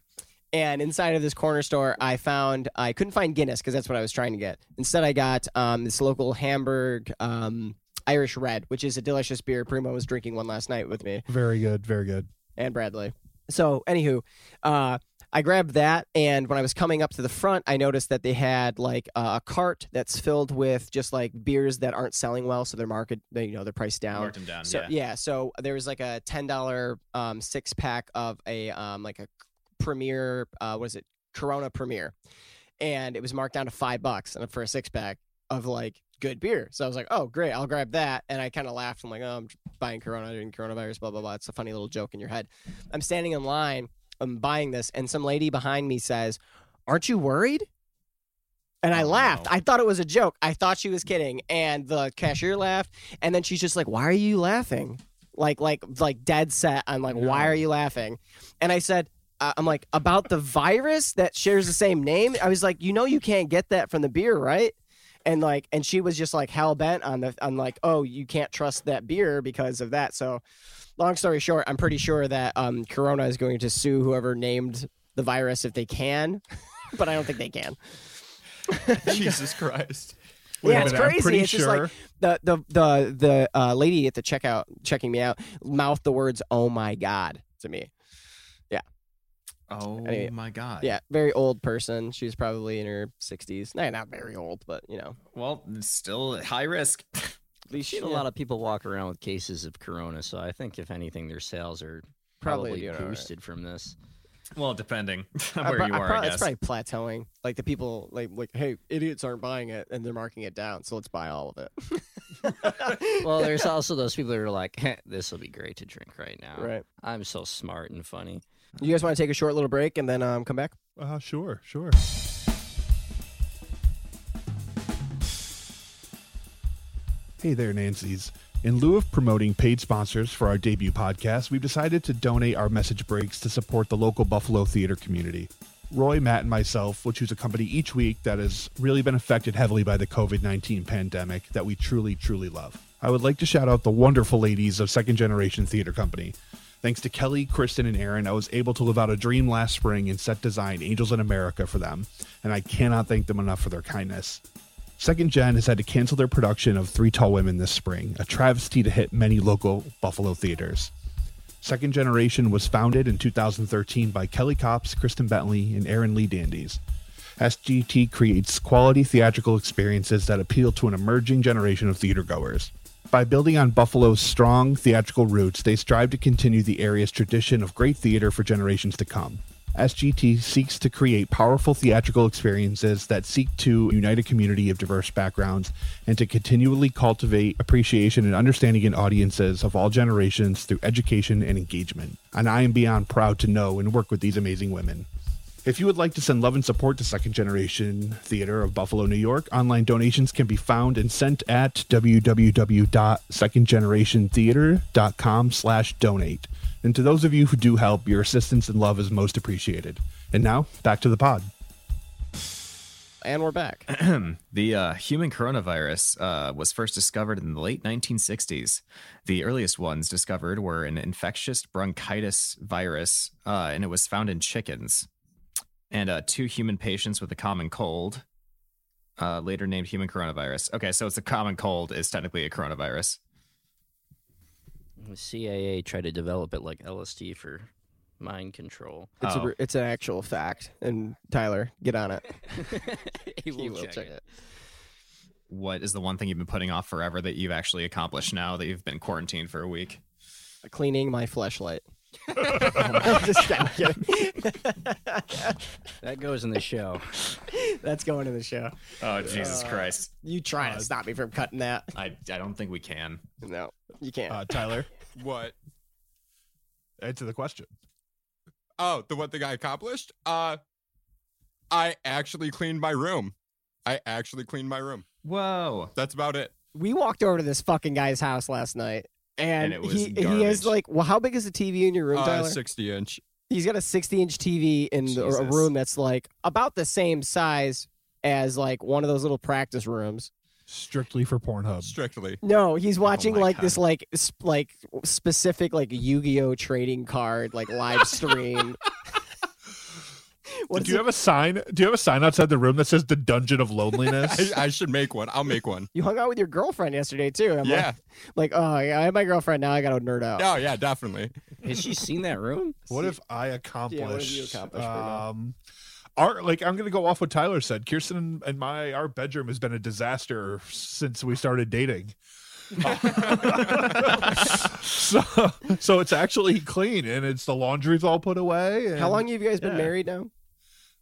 Speaker 2: And inside of this corner store, I found I couldn't find Guinness because that's what I was trying to get. Instead, I got um, this local Hamburg um, Irish Red, which is a delicious beer. Primo was drinking one last night with me
Speaker 4: Very good, very good.
Speaker 2: and Bradley. So, anywho, uh, I grabbed that, and when I was coming up to the front, I noticed that they had like a cart that's filled with just like beers that aren't selling well, so they're market, they, you know, they're priced down.
Speaker 3: Marked him down.
Speaker 2: So
Speaker 3: yeah.
Speaker 2: so there was like a ten dollar um, six pack of a um, like a premier uh, what is it Corona Premier, and it was marked down to five bucks and for a six pack of like good beer. So I was like, oh, great, I'll grab that. And I kind of laughed. I'm like, oh, I'm buying Corona during coronavirus, blah, blah, blah. It's a funny little joke in your head. I'm standing in line, I'm buying this, and some lady behind me says, aren't you worried? And I
Speaker 3: Oh,
Speaker 2: laughed.
Speaker 3: no.
Speaker 2: I thought it was a joke. I thought she was kidding. And the cashier laughed. And then she's just like, why are you laughing? Like, like, like dead set. I'm like, why are you laughing? And I said, I- I'm like, about the virus that shares the same name. I was like, you know, you can't get that from the beer, right? And like, and she was just like hell bent on the, on like, oh, you can't trust that beer because of that. So, long story short, I'm pretty sure that um, Corona is going to sue whoever named the virus if they can, but I don't think they can.
Speaker 5: Jesus Christ.
Speaker 4: Wait a
Speaker 2: yeah, it's
Speaker 4: minute, I'm
Speaker 2: crazy.
Speaker 4: pretty
Speaker 2: it's just
Speaker 4: sure-
Speaker 2: like the the the the uh, lady at the checkout checking me out mouthed the words "Oh my god" to me.
Speaker 3: Oh
Speaker 2: Anyway,
Speaker 3: my god.
Speaker 2: Yeah, very old person. She's probably in her sixties. Nah, not very old, but you know,
Speaker 3: Well, still at high risk.
Speaker 2: at least
Speaker 6: Seen a lot of people walk around with cases of Corona, so I think if anything, their sales are
Speaker 2: Probably
Speaker 6: probably,
Speaker 2: doing all right.
Speaker 6: boosted from this.
Speaker 3: Well, depending on
Speaker 2: I
Speaker 3: where
Speaker 2: pro-
Speaker 3: you
Speaker 2: I
Speaker 3: are,
Speaker 2: pro-
Speaker 3: I guess.
Speaker 2: It's probably plateauing. Like the people, like like, hey, idiots aren't buying it, and they're marking it down. So let's buy all of it.
Speaker 6: Well, there's also those people that are like, "Heh, "This will be great to drink right now."
Speaker 3: Oh.
Speaker 2: right.
Speaker 6: I'm so smart and funny.
Speaker 2: You guys want to take a short little break and then um, come back?
Speaker 4: Uh, sure, sure. Hey there, Nancy's. In lieu of promoting paid sponsors for our debut podcast, we've decided to donate our message breaks to support the local Buffalo theater community. Roy, Matt, and myself will choose a company each week that has really been affected heavily by the COVID 19 pandemic that we truly, truly love. I would like to shout out the wonderful ladies of Second Generation Theater Company. Thanks to Kelly, Kristen, and Aaron, I was able to live out a dream last spring and set design Angels in America for them, and I cannot thank them enough for their kindness. Second Gen has had to cancel their production of Three Tall Women this spring, a travesty to hit many local Buffalo theaters. Second Generation was founded in 2013 by Kelly Cops, Kristen Bentley, and Aaron Lee Dandies. SGT creates quality theatrical experiences that appeal to an emerging generation of theatergoers. By building on Buffalo's strong theatrical roots, they strive to continue the area's tradition of great theater for generations to come. SGT seeks to create powerful theatrical experiences that seek to unite a community of diverse backgrounds and to continually cultivate appreciation and understanding in audiences of all generations through education and engagement. And I am beyond proud to know and work with these amazing women. If you would like to send love and support to Second Generation Theater of Buffalo, New York, online donations can be found and sent at www.secondgenerationtheater.com slash donate. And to those of you who do help, your assistance and love is most appreciated. And now, back to the pod.
Speaker 2: And we're back.
Speaker 3: The uh, human coronavirus uh, was first discovered in the late 1960s. The earliest ones discovered were an infectious bronchitis virus, uh, and it was found in chickens. And uh, two human patients with a common cold, uh, later named human coronavirus. Okay, so it's a common cold is technically a coronavirus.
Speaker 6: The CIA tried to develop it like LSD for mind control.
Speaker 2: It's,
Speaker 3: Oh.
Speaker 2: a, it's an actual fact. And Tyler, get on it.
Speaker 6: he will,
Speaker 2: will
Speaker 6: check,
Speaker 2: check
Speaker 6: it.
Speaker 3: What is the one thing you've been putting off forever that you've actually accomplished now that you've been quarantined for a week?
Speaker 2: Cleaning my fleshlight. I'm just I'm kidding.
Speaker 6: That goes in the show.
Speaker 2: That's going in the show.
Speaker 3: Oh, Jesus
Speaker 2: Uh,
Speaker 3: Christ.
Speaker 2: You trying
Speaker 3: Uh,
Speaker 2: to stop me from cutting that?
Speaker 3: I, I don't think we can.
Speaker 2: No, you
Speaker 3: uh,
Speaker 2: can't.
Speaker 4: Tyler,
Speaker 5: What?
Speaker 4: answer the question.
Speaker 5: Oh, the one thing I accomplished? Uh I actually cleaned my room. I actually cleaned my room.
Speaker 3: Whoa.
Speaker 5: That's about it.
Speaker 2: we walked over to this fucking guy's house last night, and,
Speaker 3: And it was
Speaker 2: he he has
Speaker 3: garbage.
Speaker 2: like, well, how big is the TV in your room,
Speaker 5: Uh,
Speaker 2: Tyler?
Speaker 5: 60 inch.
Speaker 2: He's got a 60 inch TV in the, a
Speaker 3: Jesus.
Speaker 2: room that's like about the same size as like one of those little practice rooms.
Speaker 4: Strictly for Pornhub.
Speaker 5: Strictly.
Speaker 2: No, he's watching
Speaker 3: my
Speaker 2: like this like sp- like specific like Yu-Gi-Oh trading card like live stream. What
Speaker 4: do
Speaker 2: is
Speaker 4: you
Speaker 2: it?
Speaker 4: have a sign? Do you have a sign outside the room that says the Dungeon of
Speaker 5: I,
Speaker 4: Loneliness?
Speaker 5: I should make one. I'll make one.
Speaker 2: You hung out with your girlfriend yesterday too. and I'm
Speaker 5: Yeah.
Speaker 2: like, like, oh yeah, I have my girlfriend now. I got to nerd out.
Speaker 5: Oh, yeah, definitely.
Speaker 6: Has she seen that room?
Speaker 4: What
Speaker 2: See-
Speaker 4: if I accomplish?
Speaker 2: Yeah, what have you accomplished right now?
Speaker 4: Um, our like I'm gonna go off what Tyler said. Kirsten and- and my our bedroom has been a disaster since we started dating. so so it's actually clean and it's the laundry's all put away. And,
Speaker 2: How long have you guys been
Speaker 4: Yeah.
Speaker 2: married now?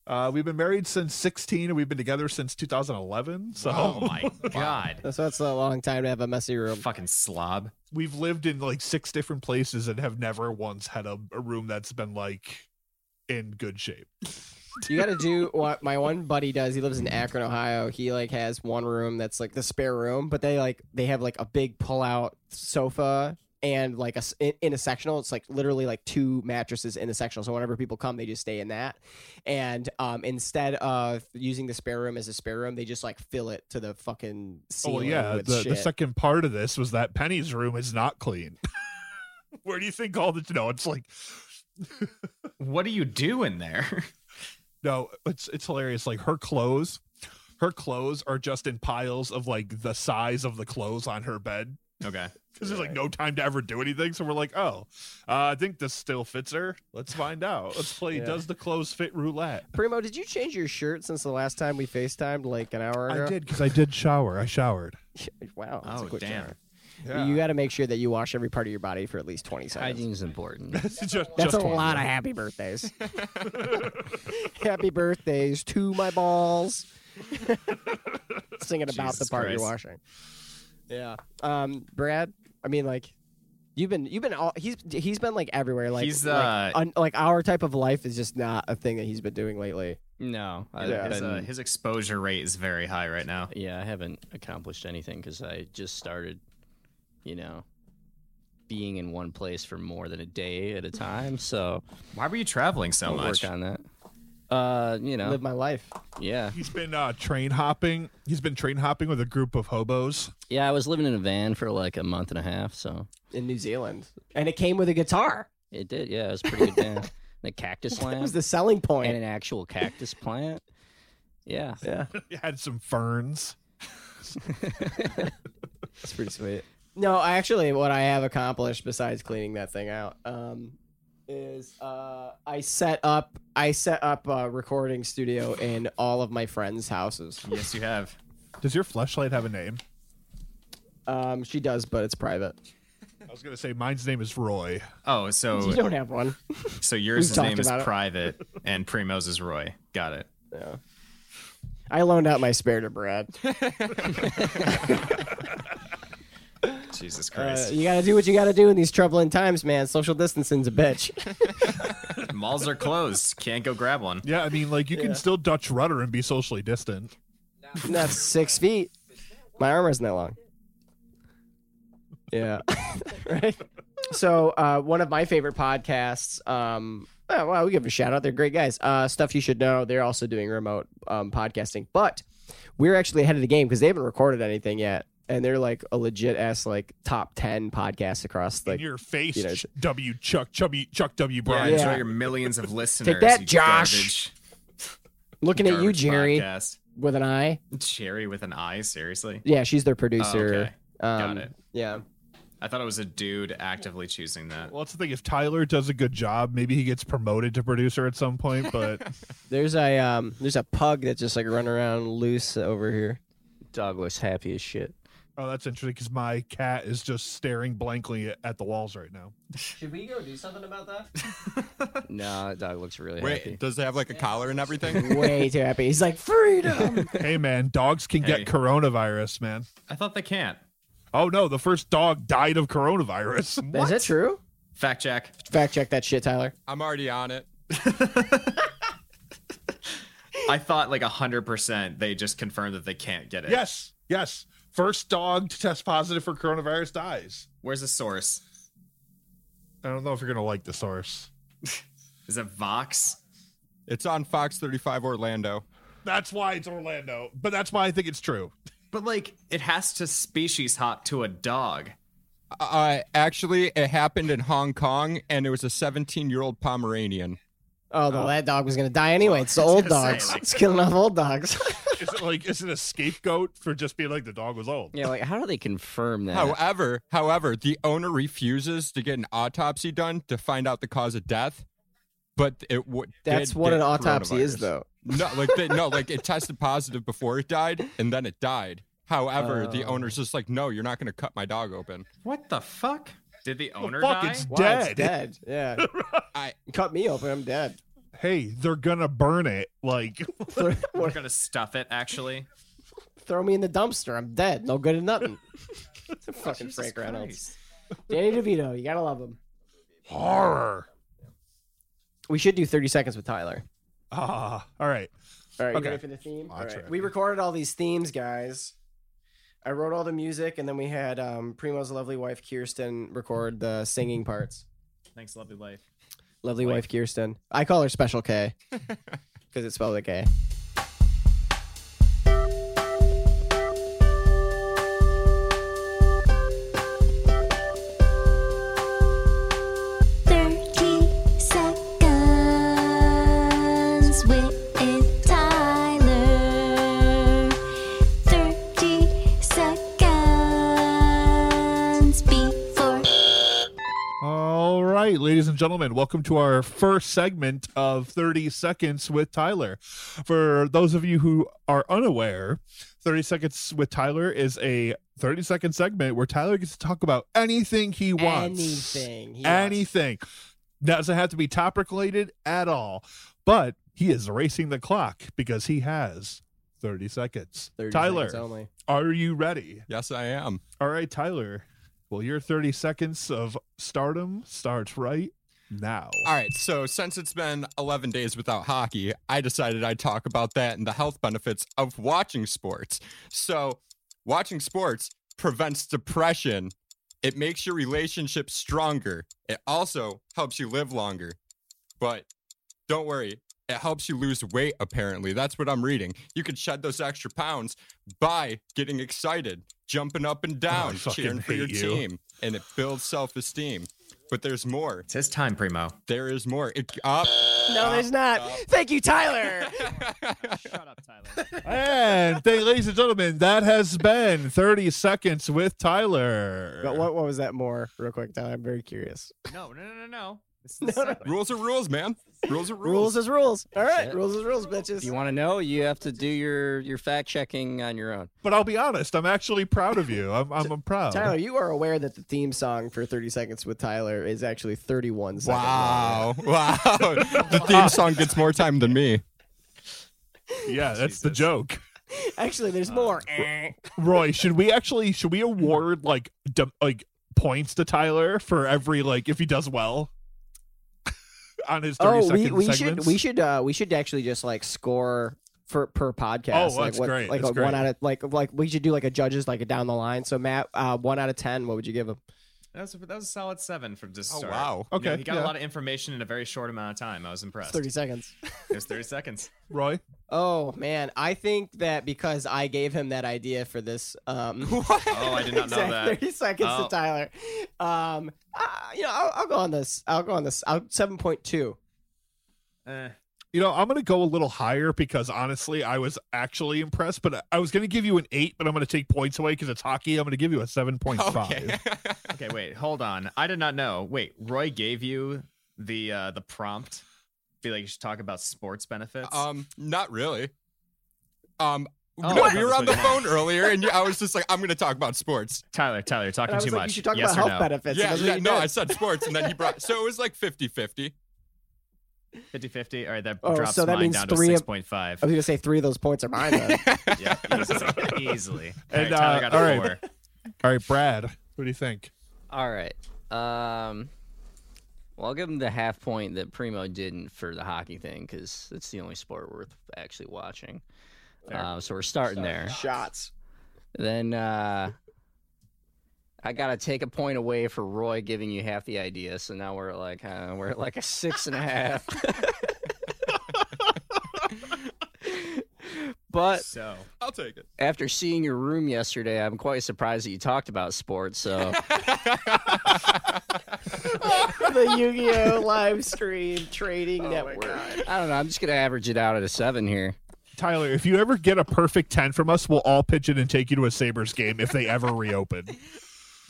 Speaker 4: Uh, we've been married since 16 and we've been together since 2011. So
Speaker 3: Oh my god.
Speaker 2: So that's a long time to have a messy room.
Speaker 3: Fucking slob.
Speaker 4: we've lived in like six different places and have never once had a, a room that's been like in good shape.
Speaker 2: You got to do what my one buddy does. He lives in Akron, Ohio. He like has one room that's like the spare room, but they like they have like a big pull-out sofa and like a s- in, in a sectional. It's like literally like two mattresses in a sectional. So whenever people come, they just stay in that. And um, instead of using the spare room as a spare room, they just like fill it to the fucking
Speaker 4: Oh
Speaker 2: ceiling.
Speaker 4: well, yeah.
Speaker 2: with
Speaker 4: The,
Speaker 2: shit.
Speaker 4: the second part of this was that Penny's room is not clean. Where do you think all the no? It's like
Speaker 3: What do you do in there?
Speaker 4: no. It's it's hilarious. Like her clothes, her clothes are just in piles of like the size of the clothes on her bed
Speaker 3: Okay.
Speaker 4: because there's like no time to ever do anything. So we're like, oh, uh, I think this still fits her. Let's find out. Let's play.
Speaker 2: Yeah.
Speaker 4: Does the clothes fit roulette?
Speaker 2: Primo, did you change your shirt since the last time we FaceTimed like an hour ago?
Speaker 4: I did because I did shower. I showered.
Speaker 2: Wow. That's a
Speaker 3: Oh,
Speaker 2: quick
Speaker 3: damn.
Speaker 2: turnaround. You got to make sure that you wash every part of your body for at least 20 seconds.
Speaker 6: Hygiene is important.
Speaker 4: It's just,
Speaker 2: That's
Speaker 4: just
Speaker 2: a
Speaker 4: one.
Speaker 2: lot of happy birthdays. happy birthdays to my balls. Singing about the
Speaker 3: Jesus
Speaker 2: part you're
Speaker 3: Christ.
Speaker 2: washing. Yeah. Um, Brad, I mean, like, you've been, you've been all, he's, he's been like everywhere. Like,
Speaker 3: He's,
Speaker 2: like,
Speaker 3: uh,
Speaker 2: un- like our type of life is just not a thing that he's been doing lately.
Speaker 6: No, I,
Speaker 2: Yeah.
Speaker 6: have
Speaker 3: His, uh,
Speaker 6: been,
Speaker 3: his exposure rate is very high right now.
Speaker 6: yeah, I haven't accomplished anything because I just started, you know, being in one place for more than a day at a time. So
Speaker 3: Why were you traveling so
Speaker 6: I'll
Speaker 3: much?
Speaker 6: work on that. Uh, you know,
Speaker 2: Live my life.
Speaker 6: yeah,
Speaker 4: He's been uh, train hopping. He's been train hopping with a group of hobos.
Speaker 6: yeah. I was living in a van for like a month and a half, so
Speaker 2: In New Zealand, and it came with a guitar.
Speaker 6: it did. Yeah, it was a pretty good van. And a cactus
Speaker 2: That was
Speaker 6: plant
Speaker 2: the selling
Speaker 6: and
Speaker 2: point.
Speaker 6: an actual cactus plant. Yeah,
Speaker 2: Yeah,
Speaker 4: He had some ferns.
Speaker 2: it's pretty sweet. No, I actually, what I have accomplished besides cleaning that thing out, um, is uh, I set up I set up a recording studio in all of my friends' houses.
Speaker 3: Yes, you have.
Speaker 4: Does your fleshlight have a name?
Speaker 2: Um, she does, but it's private.
Speaker 4: I was gonna say mine's name is Roy.
Speaker 3: Oh, so
Speaker 2: You don't have one.
Speaker 3: so
Speaker 2: We've
Speaker 3: yours
Speaker 2: talked
Speaker 3: name is
Speaker 2: about it.
Speaker 3: private and Primo's is Roy. Got it.
Speaker 2: Yeah. I loaned out my spare to Brad.
Speaker 3: Jesus
Speaker 2: Uh,
Speaker 3: Christ.
Speaker 2: you got to do what you got to do in these troubling times, man. Social distancing's a bitch.
Speaker 3: Malls are closed. Can't go grab one.
Speaker 4: Yeah, I mean, like you can still Dutch rudder and be socially distant.
Speaker 2: That's six feet. My arm isn't that long. Yeah. right. So uh, one of my favorite podcasts. Um, oh, wow, we give a shout out. They're great guys. Uh, Stuff you should know. They're also doing remote um, podcasting, but we're actually ahead of the game because they haven't recorded anything yet, and they're like a legit ass like top ten podcast across
Speaker 4: In
Speaker 2: like.
Speaker 4: your face,
Speaker 2: you know,
Speaker 4: Ch- W Chuck Chubby Chuck W
Speaker 3: Yeah,
Speaker 4: Bryan.
Speaker 3: enjoy your millions of listeners.
Speaker 2: that,
Speaker 3: you
Speaker 2: Josh. Looking
Speaker 3: Garbage,
Speaker 2: at you,
Speaker 3: garbage
Speaker 2: Jerry,
Speaker 3: podcast.
Speaker 2: with an eye.
Speaker 3: Jerry with an eye. Seriously,
Speaker 2: Yeah, she's their
Speaker 3: Oh, okay.
Speaker 2: producer.
Speaker 3: Got
Speaker 2: Um,
Speaker 3: it.
Speaker 2: Yeah.
Speaker 3: I thought it was a dude actively choosing that.
Speaker 4: Well, that's the thing. If Tyler does a good job, maybe he gets promoted to producer at some point. But
Speaker 2: There's a um, there's a pug that's just like running around loose over here.
Speaker 6: dog was happy as shit.
Speaker 4: oh, that's interesting because my cat is just staring blankly at the walls right now.
Speaker 2: Should we go do something about that?
Speaker 6: No, that dog looks really happy.
Speaker 5: Wait, does it have like a collar and everything?
Speaker 2: Way too happy. He's like freedom.
Speaker 4: hey, man, dogs can
Speaker 3: Hey.
Speaker 4: get coronavirus, man.
Speaker 3: I thought they can't.
Speaker 4: Oh no, the first dog died of coronavirus.
Speaker 2: Is that true?
Speaker 3: Fact check.
Speaker 2: Fact check that shit, Tyler.
Speaker 5: I'm already on it.
Speaker 3: I thought like hundred percent they just confirmed that they can't get it.
Speaker 4: yes, yes. First dog to test positive for coronavirus dies.
Speaker 3: Where's the source?
Speaker 4: I don't know if you're gonna like the source.
Speaker 3: Is it Vox?
Speaker 5: It's on Fox 35 Orlando.
Speaker 4: That's why it's Orlando, but that's why I think it's true.
Speaker 3: But like, it has to species hop to a dog.
Speaker 5: Uh, actually, it happened in Hong Kong, and it was a 17 year old Pomeranian.
Speaker 2: Oh, no, that dog was gonna die anyway. It's the old
Speaker 3: gonna
Speaker 2: dogs.
Speaker 3: say, like-
Speaker 2: it's killing off old dogs.
Speaker 4: Is it like is it a scapegoat for just being like the dog was old?
Speaker 6: Yeah, like how do they confirm that?
Speaker 5: However, however, the owner refuses to get an autopsy done to find out the cause of death. But it w-
Speaker 2: That's
Speaker 5: did
Speaker 2: what
Speaker 5: get
Speaker 2: an autopsy is,
Speaker 5: coronavirus.
Speaker 2: though.
Speaker 5: No, like they, no, like it tested positive before it died, and then it died. However, the owner's just like, no, you're not going to cut my dog open.
Speaker 3: What the fuck? Did the owner
Speaker 4: fuck,
Speaker 3: die?
Speaker 4: it's
Speaker 2: Wow, it's
Speaker 4: dead.
Speaker 2: dead. Yeah.
Speaker 5: I
Speaker 2: Cut me open. I'm dead.
Speaker 4: hey, they're gonna burn it. Like,
Speaker 2: throw,
Speaker 3: We're gonna stuff it. Actually,
Speaker 2: throw me in the dumpster. I'm dead. No good at nothing. Fucking
Speaker 3: Jesus
Speaker 2: Frank Reynolds.
Speaker 3: Christ.
Speaker 2: Danny DeVito. You gotta love him.
Speaker 4: horror.
Speaker 2: We should do 30 seconds with Tyler.
Speaker 4: Ah, all right.
Speaker 2: All right, you
Speaker 4: Okay.
Speaker 2: ready for the theme?
Speaker 4: I'll
Speaker 2: All right.
Speaker 4: try.
Speaker 2: We recorded all these themes, guys. I wrote all the music, and then we had um, Primo's lovely wife Kirsten record the singing parts.
Speaker 3: Thanks, lovely life.
Speaker 2: Lovely wife Kirsten. I call her Special K because it's spelled with a K.
Speaker 1: Thirty seconds with Tyler. Thirty seconds before.
Speaker 4: All right, ladies and gentlemen, welcome to our first segment of 30 Seconds with Tyler. For those of you who are unaware, 30 Seconds with Tyler is a 30 second segment where Tyler gets to talk about anything he wants.
Speaker 2: Anything. he wants.
Speaker 4: Anything. Doesn't have to be topic related at all, but he is racing the clock because he has 30 seconds.
Speaker 2: 30
Speaker 4: Tyler,
Speaker 2: seconds oh. only.
Speaker 4: are you ready?
Speaker 5: Yes, I am.
Speaker 4: All right, Tyler. Well, your 30 seconds of stardom starts right now.
Speaker 5: All right, so since it's been 11 days without hockey, I decided I'd talk about that and the health benefits of watching sports. So, watching sports prevents depression, it makes your relationship stronger, it also helps you live longer. But don't worry, it helps you lose weight, apparently. That's what I'm reading. You can shed those extra pounds by getting excited, jumping up and down,
Speaker 4: Oh, fucking
Speaker 5: cheering for your
Speaker 4: hate you.
Speaker 5: team, and it builds self esteem. But there's more.
Speaker 3: It's his time, Primo.
Speaker 5: There is more. It, uh, up.
Speaker 2: No, there's not. Thank you, Tyler.
Speaker 3: Shut up, Tyler.
Speaker 4: And th- ladies and gentlemen, that has been 30 seconds with Tyler.
Speaker 2: but what, what was that more, real quick, Tyler? I'm very curious.
Speaker 3: No, no, no, no, no. This is
Speaker 2: No, no.
Speaker 3: the segment.
Speaker 5: rules are rules, man. Rules are
Speaker 2: Rules
Speaker 5: rules.
Speaker 2: is rules. All right,
Speaker 6: it.
Speaker 2: rules is rules,
Speaker 6: If you
Speaker 2: bitches.
Speaker 6: want to know, you have to do your your fact checking on your own.
Speaker 4: But I'll be honest, I'm actually proud of you. I'm I'm, I'm proud.
Speaker 2: Tyler, you are aware that the theme song for 30 Seconds with Tyler is actually 31 seconds.
Speaker 5: Wow. Wow. the theme song gets more time than me.
Speaker 4: yeah, that's the
Speaker 3: Jesus.
Speaker 4: joke.
Speaker 2: Actually, there's more. Eh.
Speaker 4: Roy, should we actually should we award like dum like points to Tyler for every like if he does well on his 30
Speaker 2: Oh,
Speaker 4: second
Speaker 2: we, we
Speaker 4: segments?
Speaker 2: should we should uh we should actually just like score for per podcast.
Speaker 4: Oh,
Speaker 2: like
Speaker 4: that's great.
Speaker 2: Like
Speaker 4: That's
Speaker 2: a one
Speaker 4: great.
Speaker 2: out of like like we should do like a judges like a down the line. So Matt, uh, one out of ten. What would you give him?
Speaker 3: That was, that was a solid seven from just
Speaker 5: Oh,
Speaker 3: start. You
Speaker 5: wow.
Speaker 3: know,
Speaker 4: Okay,
Speaker 3: he got
Speaker 4: yeah.
Speaker 3: a lot of information in a very short amount of time. I was
Speaker 2: It's
Speaker 3: impressed.
Speaker 2: Thirty seconds.
Speaker 3: It was 30 seconds.
Speaker 4: Roy?
Speaker 2: Oh man, I think that because I gave him that idea for this. Um,
Speaker 5: What?
Speaker 3: Oh, I did not know
Speaker 2: exact
Speaker 3: that.
Speaker 2: Thirty seconds
Speaker 3: Oh.
Speaker 2: to Tyler. Um, uh, you know, I'll, I'll go on this. I'll go on this. I'll seven point two.
Speaker 3: Eh.
Speaker 4: You know, I'm going to go a little higher because honestly, I was actually impressed, but I was going to give you an 8, but I'm going to take points away cuz it's hockey. I'm going to give you a 7.5.
Speaker 5: Okay.
Speaker 3: Okay, wait, hold on. I did not know. Wait, Roy gave you the uh the prompt. Be like you should talk about sports benefits.
Speaker 5: um, not really. Um,
Speaker 3: Oh, I
Speaker 5: no,
Speaker 3: thought
Speaker 5: we were
Speaker 3: this
Speaker 5: on the
Speaker 3: was-
Speaker 5: phone earlier, and you- I was just like, I'm going to talk about sports.
Speaker 3: Tyler, Tyler, you're talking
Speaker 2: And I was
Speaker 3: too
Speaker 2: like,
Speaker 3: much.
Speaker 2: you should talk
Speaker 3: yes
Speaker 2: about health
Speaker 3: or no?
Speaker 2: benefits.
Speaker 5: yeah,
Speaker 2: and that's
Speaker 5: yeah
Speaker 2: what you
Speaker 5: no,
Speaker 2: did.
Speaker 5: I said sports, and then he brought, so it was like 50 50.
Speaker 3: 50-50. All right, that
Speaker 2: Oh,
Speaker 3: drops
Speaker 2: so that
Speaker 3: mine
Speaker 2: means
Speaker 3: down
Speaker 2: three
Speaker 3: to
Speaker 2: of-
Speaker 3: six point five.
Speaker 2: I was gonna say three of those points are mine. Then.
Speaker 3: yeah, easily. easily.
Speaker 4: And,
Speaker 3: all right, Tyler
Speaker 4: uh,
Speaker 3: got a
Speaker 4: all right.
Speaker 3: four.
Speaker 4: All right, Brad, what do you think?
Speaker 6: All right. Um, well, I'll give him the half point that Primo didn't for the hockey thing because it's the only sport worth actually watching. Uh, so we're starting there.
Speaker 2: Shots.
Speaker 6: Then uh, I gotta take a point away for Roy giving you half the idea. So now we're at like uh, we're at like a six and a half. but
Speaker 3: So
Speaker 5: I'll take it.
Speaker 6: after seeing your room yesterday, I'm quite surprised that you talked about sports. So
Speaker 2: the Yu-Gi-Oh live stream trading
Speaker 3: Oh
Speaker 2: network.
Speaker 6: I don't know. I'm just gonna average it out at a seven here.
Speaker 4: Tyler, if you ever get a perfect 10 from us, we'll all pitch in and take you to a Sabres game if they ever reopen.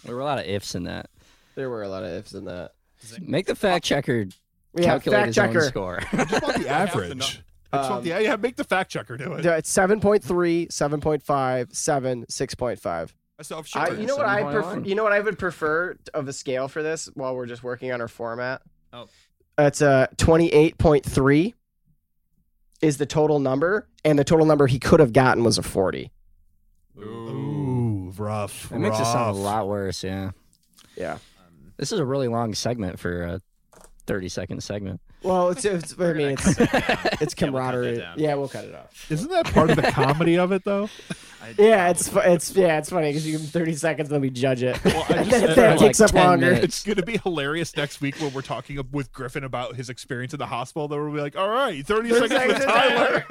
Speaker 6: There were a lot of ifs in that.
Speaker 2: There were a lot of ifs in that.
Speaker 6: Make the fact checker
Speaker 2: Yeah,
Speaker 6: calculate
Speaker 2: fact
Speaker 6: his own
Speaker 2: checker.
Speaker 6: score.
Speaker 4: Just want the
Speaker 5: to know.
Speaker 4: average. I just want the, yeah, make the fact checker do it.
Speaker 2: There- It's 7.3, 7.5, 7, 6.5.
Speaker 5: Myself sure.
Speaker 2: I, you know what I prefer,
Speaker 6: 7.1.
Speaker 2: you know what I would prefer of a uh, scale for this while we're just working on our format?
Speaker 3: Oh.
Speaker 2: It's a 28.3 is the total number, and the total number he could have gotten was a 40.
Speaker 4: Ooh, rough.
Speaker 6: It makes it sound
Speaker 4: rough.
Speaker 6: a lot worse. Yeah.
Speaker 2: Yeah.
Speaker 6: This is a really long segment for a 30 second segment.
Speaker 2: Well, it's, it's I mean, it's it's
Speaker 3: Yeah, we'll cut that
Speaker 2: camaraderie.
Speaker 3: down.
Speaker 2: yeah, we'll cut it off.
Speaker 4: Isn't that part of the comedy of it though?
Speaker 3: I-
Speaker 2: Yeah, it's fu- it's yeah, it's funny because you give him 30 seconds and then we judge it.
Speaker 4: Well, I just-
Speaker 2: that
Speaker 4: I-
Speaker 2: takes
Speaker 6: like
Speaker 2: up
Speaker 6: 10
Speaker 2: longer.
Speaker 6: minutes.
Speaker 4: It's gonna be hilarious next week when we're talking up with Griffin about his experience in the hospital. Then we'll be like, "All right, thirty seconds with
Speaker 2: seconds
Speaker 4: Tyler."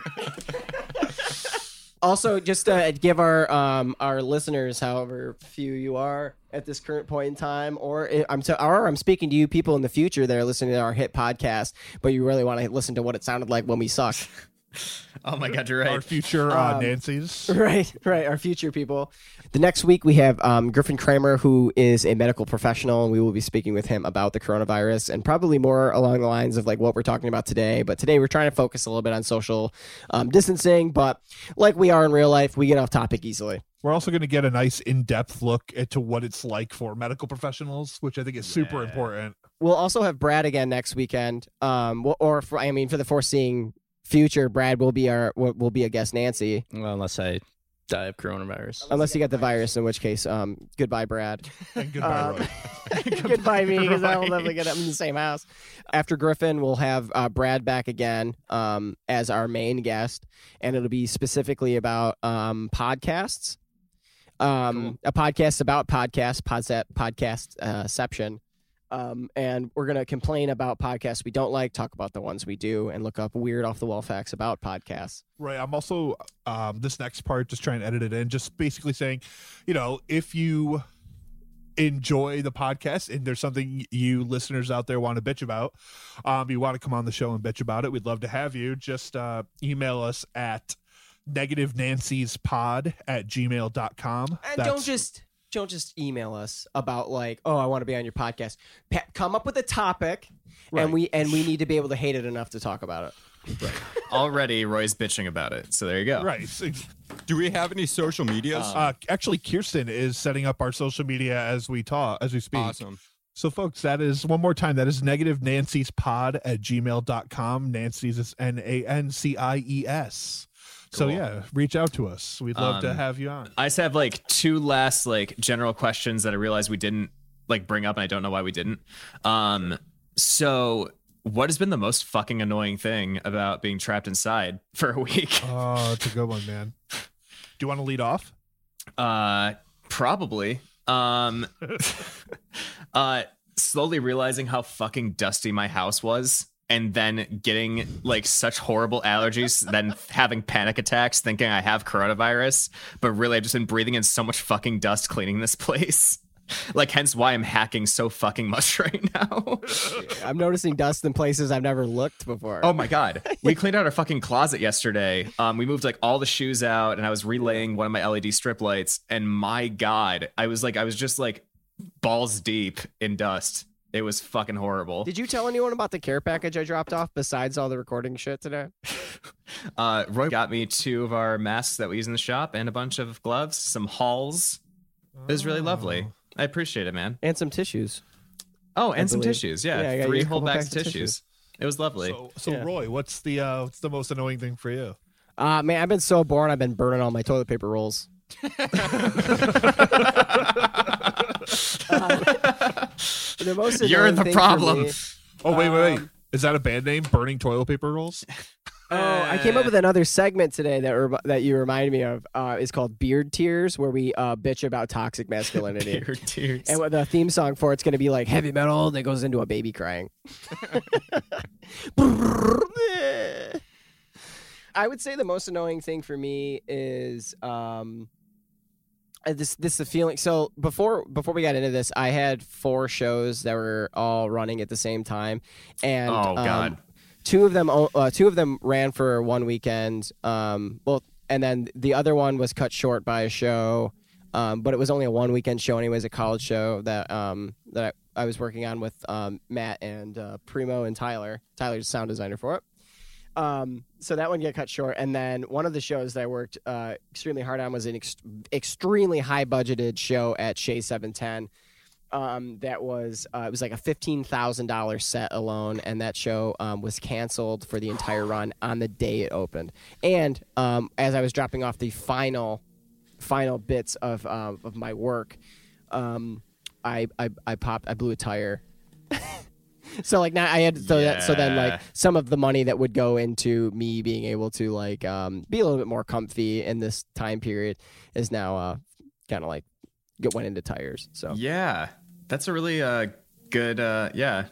Speaker 2: Also, just to give our um, our listeners, however few you are at this current point in time, or i- I'm so, or I'm speaking to you people in the future that are listening to our hit podcast, but you really want to listen to what it sounded like when we sucked.
Speaker 3: Oh my god, you're
Speaker 4: Our
Speaker 3: right.
Speaker 4: future uh, Nancy's.
Speaker 2: Right, right. Our future people. The next week we have um, Griffin Kramer, who is a medical professional, and we will be speaking with him about the coronavirus and probably more along the lines of like what we're talking about today. But today we're trying to focus a little bit on social um, distancing. But like we are in real life, we get off topic easily.
Speaker 4: We're also going to get a nice in-depth look into what it's like for medical professionals, which I think is super
Speaker 3: Yeah.
Speaker 4: important.
Speaker 2: We'll also have Brad again next weekend. Um, wh- or for, I mean, for the foreseeing future, Brad will be our will will be a guest. Nancy,
Speaker 6: Well, unless I die of coronavirus.
Speaker 2: unless you got the virus, in which case, um, goodbye, Brad.
Speaker 4: And goodbye,
Speaker 2: Um,
Speaker 4: Roy.
Speaker 2: Goodbye, me, because I will definitely get up in the same house. After Griffin, we'll have uh, Brad back again um, as our main guest, and it'll be specifically about um, podcasts. Um, A podcast about podcasts, podset, podcast uh, section. Um, and we're going to complain about podcasts we don't like, talk about the ones we do, and look up weird off the wall facts about podcasts.
Speaker 4: Right. I'm also um this next part just trying to edit it in, just basically saying, you know, if you enjoy the podcast and there's something you listeners out there want to bitch about, um, you want to come on the show and bitch about it, we'd love to have you. Just uh email us at negative nancy's pod at gmail.com.
Speaker 2: And don't just don't just email us about like, oh, I want to be on your podcast. Pa- come up with a topic,
Speaker 4: Right.
Speaker 2: and we and we need to be able to hate it enough to talk about it.
Speaker 3: Already, Roy's bitching about it. So there you go.
Speaker 4: right. it's-
Speaker 5: Do we have any social medias?
Speaker 4: Uh, actually Kirsten is setting up our social media as we talk as we speak.
Speaker 5: awesome.
Speaker 4: So, folks, that is one more time. That is negative Nancy's pod at gmail.com. Nancy's is N A N C I E S. So,
Speaker 3: Cool.
Speaker 4: yeah, reach out to us. We'd love to
Speaker 3: Um,
Speaker 4: have you on.
Speaker 3: I just have like two last like general questions that I realized we didn't like bring up, and I don't know why we didn't. Um, so what has been the most fucking annoying thing about being trapped inside for a week?
Speaker 4: Oh, it's a good one, man. Do you want to lead off?
Speaker 3: Uh, probably. Um, uh, slowly realizing how fucking dusty my house was. And then getting like such horrible allergies, then having panic attacks, thinking I have coronavirus, but really I've just been breathing in so much fucking dust cleaning this place. Like, hence why I'm hacking so fucking much right now.
Speaker 2: I'm noticing dust in places I've never looked before.
Speaker 3: Oh my god. We cleaned out our fucking closet yesterday. Um, we moved like all the shoes out and I was relaying one of my LED strip lights and my god, I was like I was just like balls deep in dust. It was fucking horrible.
Speaker 2: Did you tell anyone about the care package I dropped off besides all the recording shit today?
Speaker 3: Uh Roy got me two of our masks that we use in the shop and a bunch of gloves, some hauls. It was really lovely. I appreciate it, man.
Speaker 2: And some tissues.
Speaker 3: Oh, and some
Speaker 2: believe-
Speaker 3: tissues.
Speaker 2: yeah, Oh. I
Speaker 3: Yeah,
Speaker 2: got you
Speaker 3: three
Speaker 2: a
Speaker 3: whole
Speaker 2: couple
Speaker 3: bags
Speaker 2: packs
Speaker 3: of
Speaker 2: of
Speaker 3: tissues.
Speaker 2: tissues.
Speaker 3: It was lovely.
Speaker 4: So, so
Speaker 2: Yeah.
Speaker 4: Roy, what's the uh, what's the most annoying thing for you?
Speaker 2: Uh, man, I've been so bored. I've been burning all my toilet paper rolls. Uh, the most
Speaker 3: You're
Speaker 2: annoying
Speaker 3: the
Speaker 2: thing for
Speaker 3: problem.
Speaker 2: me-
Speaker 4: Oh, wait, wait,
Speaker 3: Um,
Speaker 4: wait. Is that a band name? Burning toilet paper rolls?
Speaker 2: Oh, I came up with another segment today that rem- that you reminded me of. Uh, is called Beard Tears, where we uh, bitch about toxic masculinity.
Speaker 3: Dear tears.
Speaker 2: and what the theme song for it's going to be like heavy metal, and it goes into a baby crying. I would say the most annoying thing for me is um, uh, this this the feeling. So before before we got into this, I had four shows that were all running at the same time, and
Speaker 3: Oh,
Speaker 2: um,
Speaker 3: God.
Speaker 2: two of them o- uh, two of them ran for one weekend. Um, well, and then the other one was cut short by a show, um, but it was only a one weekend show anyways, a college show that um, that I, I was working on with um, Matt and uh, Primo and Tyler. Tyler's sound designer for it. Um, so that one got cut short, and then one of the shows that I worked uh, extremely hard on was an ex- extremely high budgeted show at Shea Seven Ten um, that was uh, it was like a fifteen thousand dollar set alone, and that show um, was canceled for the entire run on the day it opened. And um, as I was dropping off the final final bits of uh, of my work, um, I, I I popped I blew a tire. so like now I had so that so then
Speaker 3: Yeah.
Speaker 2: like some of the money that would go into me being able to like um, be a little bit more comfy in this time period is now uh, kind of like get went into tires. So
Speaker 3: Yeah, that's a really uh, good. Uh, yeah,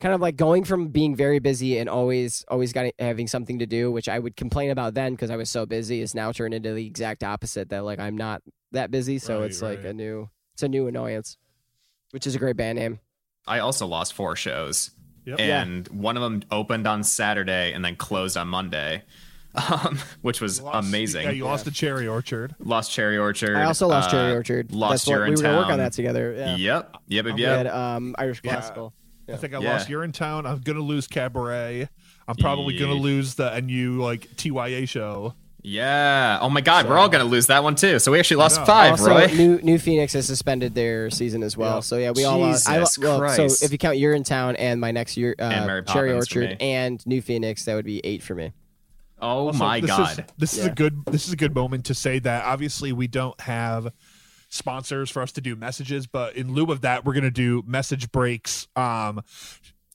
Speaker 2: kind of like going from being very busy and always always got having something to do which i would complain about then because i was so busy is now turned into the exact opposite that like i'm not that busy so
Speaker 4: Right,
Speaker 2: it's like
Speaker 4: right.
Speaker 2: a new it's a new annoyance which is a great band name
Speaker 3: I also lost four shows,
Speaker 4: Yep.
Speaker 3: and one of them opened on Saturday and then closed on Monday, um, which was
Speaker 4: You lost-
Speaker 3: amazing.
Speaker 4: Yeah, you lost the cherry orchard.
Speaker 3: lost Cherry Orchard.
Speaker 2: i also lost
Speaker 3: uh,
Speaker 2: cherry orchard
Speaker 3: Lost
Speaker 2: That's what,
Speaker 3: Year
Speaker 2: we
Speaker 3: in
Speaker 2: were gonna work on
Speaker 3: Town.
Speaker 2: that together yeah
Speaker 3: Yep. Yep. Yep.
Speaker 2: we
Speaker 3: Yep.
Speaker 2: had um irish
Speaker 4: Yeah.
Speaker 2: classical
Speaker 4: I think I
Speaker 3: Yeah.
Speaker 4: lost You're in Town. I'm gonna lose Cabaret. I'm probably gonna
Speaker 3: Yeah.
Speaker 4: lose the NU like TYA show.
Speaker 3: Yeah. Oh my God, we're all gonna lose that one too. So we actually lost
Speaker 4: know.
Speaker 3: five,
Speaker 2: also,
Speaker 3: Roy.
Speaker 2: New New Phoenix has suspended their season as well.
Speaker 4: Yeah.
Speaker 2: So yeah, we all lost.
Speaker 3: Jesus
Speaker 2: I, lo- well,
Speaker 3: Christ.
Speaker 2: so if you count You're in Town and my next year, uh,
Speaker 3: And Mary
Speaker 2: Cherry
Speaker 3: Poppins for
Speaker 2: Orchard
Speaker 3: me.
Speaker 2: and New Phoenix, that would be eight for me.
Speaker 3: oh
Speaker 4: Also,
Speaker 3: my
Speaker 4: this is-
Speaker 3: God.
Speaker 4: this is a
Speaker 2: Yeah.
Speaker 4: good this is a good moment to say that obviously we don't have sponsors for us to do messages, but in lieu of that, we're gonna do message breaks um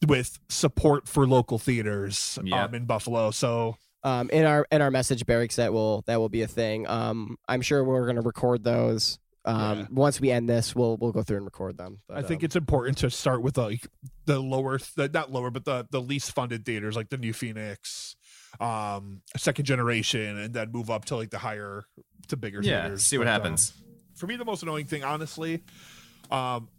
Speaker 4: with support for local theaters
Speaker 3: Yeah.
Speaker 4: um in Buffalo. So
Speaker 2: um, in our in our message barracks that will that will be a thing. Um, I'm sure we're going to record those. Um,
Speaker 4: Yeah.
Speaker 2: Once we end this, we'll we'll go through and record them. But,
Speaker 4: I think
Speaker 2: um,
Speaker 4: it's important to start with like the lower, the, not lower, but the the least funded theaters, like the New Phoenix, um, Second Generation, and then move up to like the higher to bigger
Speaker 3: Yeah.
Speaker 4: theaters.
Speaker 3: See what
Speaker 4: But, um,
Speaker 3: happens.
Speaker 4: for me, the most annoying thing, honestly, um,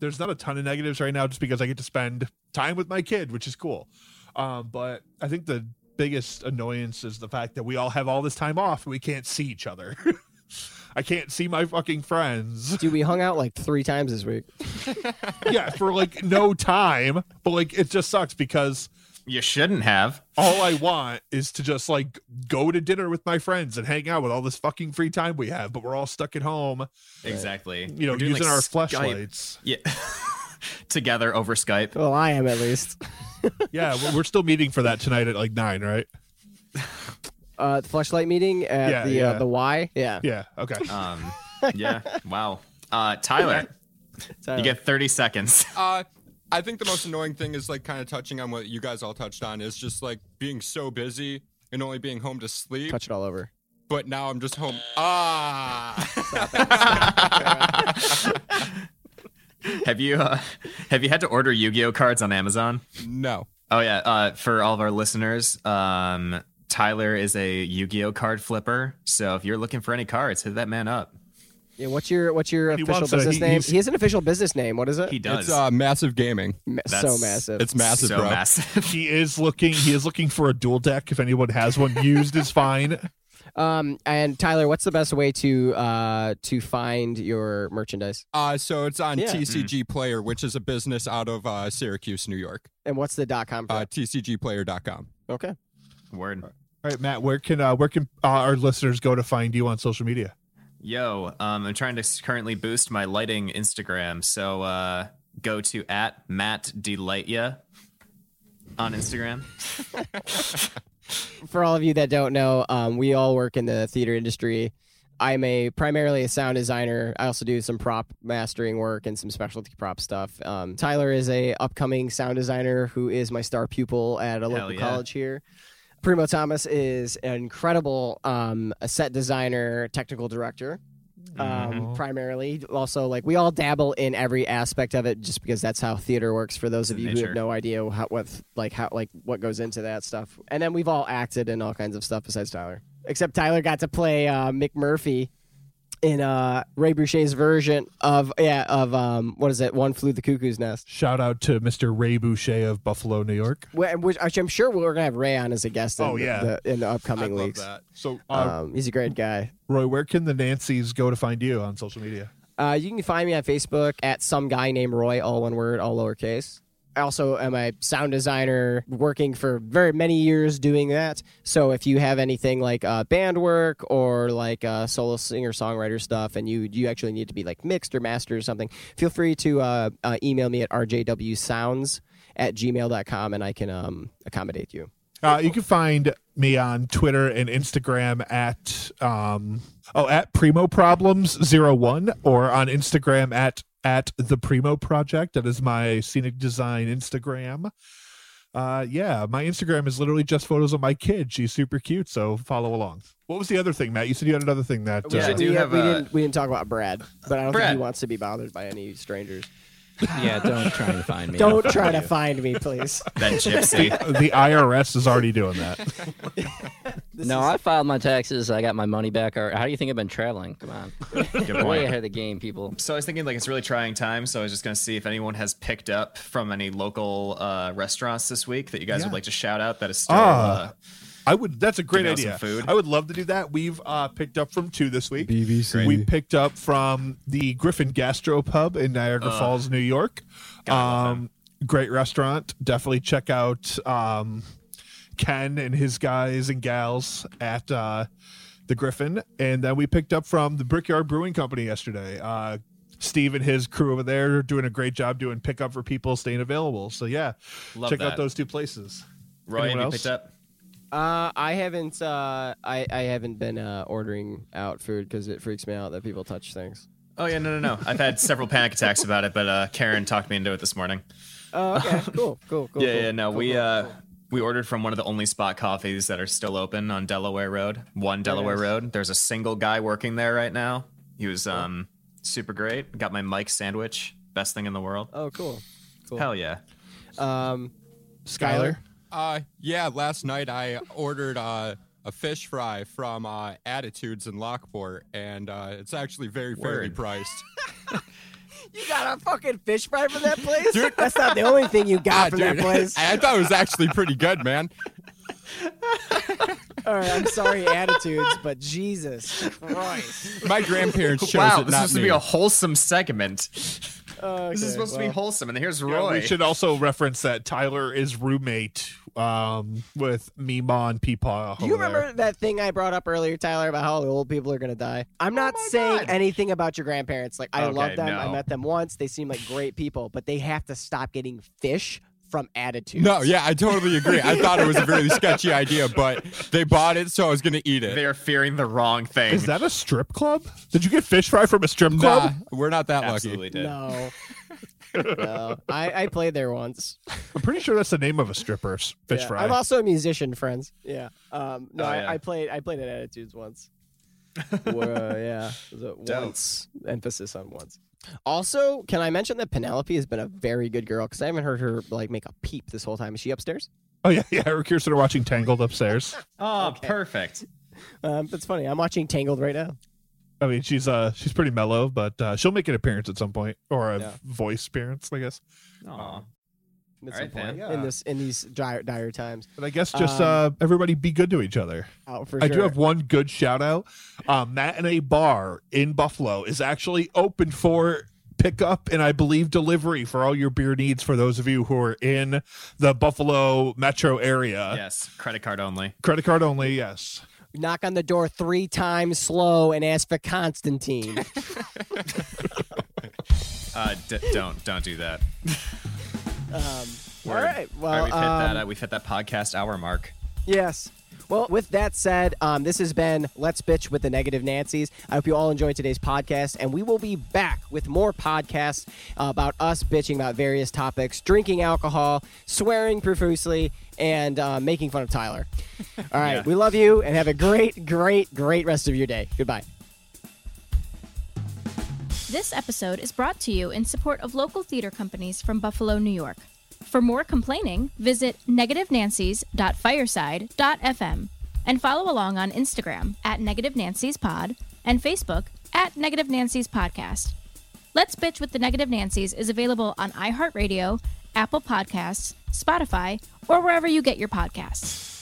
Speaker 4: there's not a ton of negatives right now, just because I get to spend time with my kid, which is cool. Um, but I think the biggest annoyance is the fact that we all have all this time off and we can't see each other. I can't see my fucking friends.
Speaker 2: dude, we hung out like three times this week.
Speaker 4: yeah, for like no time. But like it just sucks because
Speaker 3: You shouldn't have.
Speaker 4: all I want is to just like go to dinner with my friends and hang out with all this fucking free time we have, but we're all stuck at home,
Speaker 3: Exactly.
Speaker 4: you know,
Speaker 3: We're doing,
Speaker 4: using
Speaker 3: like,
Speaker 4: our
Speaker 3: Skype-
Speaker 4: flashlights.
Speaker 3: Yeah. Together over Skype.
Speaker 2: Well, I am at least.
Speaker 4: Yeah, we're- we're still meeting for that tonight at like nine, right?
Speaker 2: Uh, the flashlight meeting at
Speaker 4: Yeah,
Speaker 2: the
Speaker 4: yeah.
Speaker 2: Uh, the Y. Yeah,
Speaker 4: Yeah, okay.
Speaker 3: Um, yeah. Wow. Uh, Tyler,
Speaker 2: So-
Speaker 3: you get 30 seconds.
Speaker 5: Uh, I think the most annoying thing is like kind of touching on what you guys all touched on is just like being so busy and only being home to sleep.
Speaker 2: touch it all over.
Speaker 5: But now I'm just home. Ah,
Speaker 3: have you uh, have you had to order Yu-Gi-Oh cards on Amazon?
Speaker 5: no.
Speaker 3: Oh yeah, uh, for all of our listeners, um, Tyler is a Yu-Gi-Oh card flipper. So if you're looking for any cards, hit that man up.
Speaker 2: Yeah, what's your what's your
Speaker 4: He
Speaker 2: official
Speaker 4: wants a-
Speaker 2: business
Speaker 4: he-
Speaker 2: name?
Speaker 4: he's-
Speaker 2: He has an official business name. What is it?
Speaker 3: He does.
Speaker 5: It's uh, massive gaming.
Speaker 2: Ma- so
Speaker 3: that's-
Speaker 2: massive.
Speaker 5: It's massive,
Speaker 3: so
Speaker 5: bro.
Speaker 3: massive.
Speaker 4: He is looking he is looking for a dual deck. If anyone has one used is fine.
Speaker 2: um, and Tyler, what's the best way to uh to find your merchandise?
Speaker 5: Uh, so it's on
Speaker 2: Yeah.
Speaker 5: TCG
Speaker 3: Mm-hmm.
Speaker 5: Player, which is a business out of uh, Syracuse, New York.
Speaker 2: And what's the dot com for?
Speaker 5: Uh, TCGPlayer.com.
Speaker 2: okay.
Speaker 3: Word.
Speaker 4: All right, Matt, where can uh where can uh, our listeners go to find you on social media?
Speaker 3: Yo, um, I'm trying to s- currently boost my lighting Instagram. So uh, go to at Matt Delightya on Instagram.
Speaker 2: for all of you that don't know, um, we all work in the theater industry. I'm a primarily a sound designer. I also do some prop mastering work and some specialty prop stuff. Um, Tyler is a upcoming sound designer who is my star pupil at a local
Speaker 3: yeah.
Speaker 2: college here. Primo Thomas is an incredible um, a set designer, technical director. Um,
Speaker 4: Mhm.
Speaker 2: Primarily, also like we all dabble in every aspect of it, just because that's how theater works. For those of
Speaker 3: the
Speaker 2: you who
Speaker 3: nature.
Speaker 2: have no idea how, what like how like what goes into that stuff, and then we've all acted in all kinds of stuff besides Tyler. Except Tyler got to play uh, McMurphy in uh, Ray Boucher's version of yeah of um what is it? One flew the cuckoo's nest.
Speaker 4: Shout out to Mr. Ray Boucher of Buffalo, New York.
Speaker 2: Wh- Which which I'm sure we're gonna have Ray on as a guest. In
Speaker 4: Oh, yeah.
Speaker 2: the, in the
Speaker 5: I
Speaker 2: upcoming
Speaker 5: love
Speaker 2: weeks.
Speaker 5: that.
Speaker 4: So uh,
Speaker 2: Um, he's a great guy.
Speaker 4: Roy, where can the Nancy's go to find you on social media?
Speaker 2: Uh, you can find me on Facebook at some guy named Roy, all one word, all lowercase. I also am a sound designer working for very many years doing that. So if you have anything like uh, band work or like uh, solo singer songwriter stuff and you, you actually need to be like mixed or mastered or something, feel free to uh, uh, email me at rjwsounds at gmail.com and I can um, accommodate you.
Speaker 4: Uh, you can find me on Twitter and Instagram at um oh at Primo Problems zero one or on Instagram at at the Primo Project. That is my scenic design Instagram. Uh, yeah, my Instagram is literally just photos of my kid. She's super cute, so follow along. What was the other thing, Matt? You said you had another thing that
Speaker 3: We
Speaker 4: uh,
Speaker 3: should do have
Speaker 2: we,
Speaker 3: a-
Speaker 2: didn't, we didn't talk about Brad, but I don't think
Speaker 3: Brad.
Speaker 2: he wants to be bothered by any strangers.
Speaker 6: yeah, don't try and find me.
Speaker 2: Don't try to find me, please.
Speaker 3: That gypsy.
Speaker 4: the IRS is already doing that.
Speaker 6: No, I filed my taxes. I got my money back. Or how do you think I've been traveling? Come on,
Speaker 3: Good
Speaker 6: way
Speaker 3: point.
Speaker 6: ahead of the game, people.
Speaker 3: So I was thinking like it's really trying time. So I was just gonna see if anyone has picked up from any local uh, restaurants this week that you guys
Speaker 4: Yeah.
Speaker 3: would like to shout out. That is still.
Speaker 4: Ah.
Speaker 3: Uh,
Speaker 4: I would. That's a great
Speaker 3: out some
Speaker 4: idea.
Speaker 3: food.
Speaker 4: I would love to do that. We've uh, picked up from two this week.
Speaker 5: BBC.
Speaker 4: We picked up from the Griffin Gastro Pub in Niagara Falls, New York. Um, great restaurant. Definitely check out um, Ken and his guys and gals at uh, the Griffin. And then we picked up from the Brickyard Brewing Company yesterday. Uh, Steve and his crew over there are doing a great job doing pickup for people staying available. So yeah,
Speaker 3: Love
Speaker 4: check out
Speaker 3: that.
Speaker 4: those two places.
Speaker 3: Roy, have
Speaker 4: anyone
Speaker 3: you
Speaker 4: else?
Speaker 3: picked up?
Speaker 2: Uh, I haven't. Uh, I I haven't been uh, ordering out food because it freaks me out that people touch things.
Speaker 3: Oh yeah, no, no, no. I've had several panic attacks about it, but uh, Karen talked me into it this morning.
Speaker 2: Oh, okay, cool, cool, cool.
Speaker 3: Yeah,
Speaker 2: cool,
Speaker 3: yeah, no,
Speaker 2: cool,
Speaker 3: we
Speaker 2: cool,
Speaker 3: uh,
Speaker 2: cool.
Speaker 3: we ordered from one of the only spot coffees that are still open on Delaware Road, one Delaware
Speaker 2: nice.
Speaker 3: Road. There's a single guy working there right now. He was um super great. Got my Mike sandwich, best thing in the world.
Speaker 2: Oh, cool. cool.
Speaker 3: Hell yeah.
Speaker 2: Um,
Speaker 4: Skylar.
Speaker 5: Uh, yeah, last night I ordered uh, a fish fry from uh, Attitudes in Lockport, and uh, it's actually very fairly
Speaker 3: Word.
Speaker 5: priced.
Speaker 2: you got a fucking fish fry from that place? That's not the only thing you
Speaker 3: Ah,
Speaker 2: got from that
Speaker 5: Ah, dude,
Speaker 2: place.
Speaker 5: I thought it was actually pretty good, man.
Speaker 2: All right, I'm sorry, attitudes, but Jesus Christ.
Speaker 5: My grandparents chose
Speaker 3: Wow, this
Speaker 5: it,
Speaker 3: is
Speaker 5: not
Speaker 3: supposed to
Speaker 5: me.
Speaker 3: be a wholesome segment.
Speaker 2: Okay,
Speaker 3: This is supposed to be
Speaker 2: well,
Speaker 3: wholesome, and here's
Speaker 4: Yeah,
Speaker 3: Roy.
Speaker 4: we should also reference that Tyler is roommate um, with Meemaw and Peepaw.
Speaker 2: Do you
Speaker 4: over there.
Speaker 2: remember that thing I brought up earlier, Tyler, about how old people are gonna die? I'm not saying anything about your grandparents. Like I
Speaker 3: Okay,
Speaker 2: love them. I
Speaker 3: no.
Speaker 2: met them once. They seem like great people, but they have to stop getting fish from attitudes.
Speaker 5: No, yeah, I totally agree. I thought it was a really sketchy idea, but they bought it, so I was gonna eat it.
Speaker 3: They are fearing the wrong thing.
Speaker 4: Is that a strip club? Did you get fish fry from a strip
Speaker 5: Nah,
Speaker 4: club?
Speaker 5: we're not that
Speaker 3: Absolutely did.
Speaker 2: No. no. I, I played there once.
Speaker 4: I'm pretty sure that's the name of a stripper's fish
Speaker 2: Yeah.
Speaker 4: fry.
Speaker 2: I'm also a musician, friends. Yeah. Um, no,
Speaker 3: Oh,
Speaker 2: I,
Speaker 3: yeah.
Speaker 2: I played I played at Attitudes once. Whoa, yeah. It was a
Speaker 3: Dope.
Speaker 2: once. Emphasis on once. Also, can I mention that Penelope has been a very good girl because I haven't heard her like make a peep this whole time. Is she upstairs?
Speaker 4: oh yeah, yeah. Eric Kirsten are watching Tangled upstairs.
Speaker 3: Oh, perfect.
Speaker 2: Um, that's funny. I'm watching Tangled right now.
Speaker 4: I mean, she's uh she's pretty mellow, but uh, she'll make an appearance at some point or a
Speaker 2: Yeah.
Speaker 4: voice appearance, I guess.
Speaker 3: Aw.
Speaker 2: At
Speaker 3: All
Speaker 2: some
Speaker 3: right,
Speaker 2: point
Speaker 3: then.
Speaker 2: in this in these dire, dire times.
Speaker 4: But I guess just
Speaker 2: Um,
Speaker 4: uh everybody be good to each other.
Speaker 2: Out for
Speaker 4: I
Speaker 2: sure.
Speaker 4: do have one good shout out. Um, Matinee Bar in Buffalo is actually open for pickup and I believe delivery for all your beer needs for those of you who are in the Buffalo metro area.
Speaker 3: Yes, credit card only.
Speaker 4: Credit card only, yes.
Speaker 2: Knock on the door three times slow and ask for Constantine.
Speaker 3: Uh, d- don't don't do that.
Speaker 2: All
Speaker 3: Word.
Speaker 2: right. Well,
Speaker 3: All right, we've hit
Speaker 2: um,
Speaker 3: that. Uh, we've hit that podcast hour mark.
Speaker 2: Yes. Well, with that said, um, this has been Let's Bitch with the Negative Nancies. I hope you all enjoyed today's podcast, and we will be back with more podcasts uh, about us bitching about various topics, drinking alcohol, swearing profusely, and uh, making fun of Tyler. All right.
Speaker 3: Yeah.
Speaker 2: We love you, and have a great, great, great rest of your day. Goodbye.
Speaker 7: This episode is brought to you in support of local theater companies from Buffalo, New York. For more complaining, visit negativenancies.fireside.fm and follow along on Instagram at Negative Nancy's Pod and Facebook at Negative Nancy's Podcast. Let's Bitch with the Negative Nancies is available on iHeartRadio, Apple Podcasts, Spotify, or wherever you get your podcasts.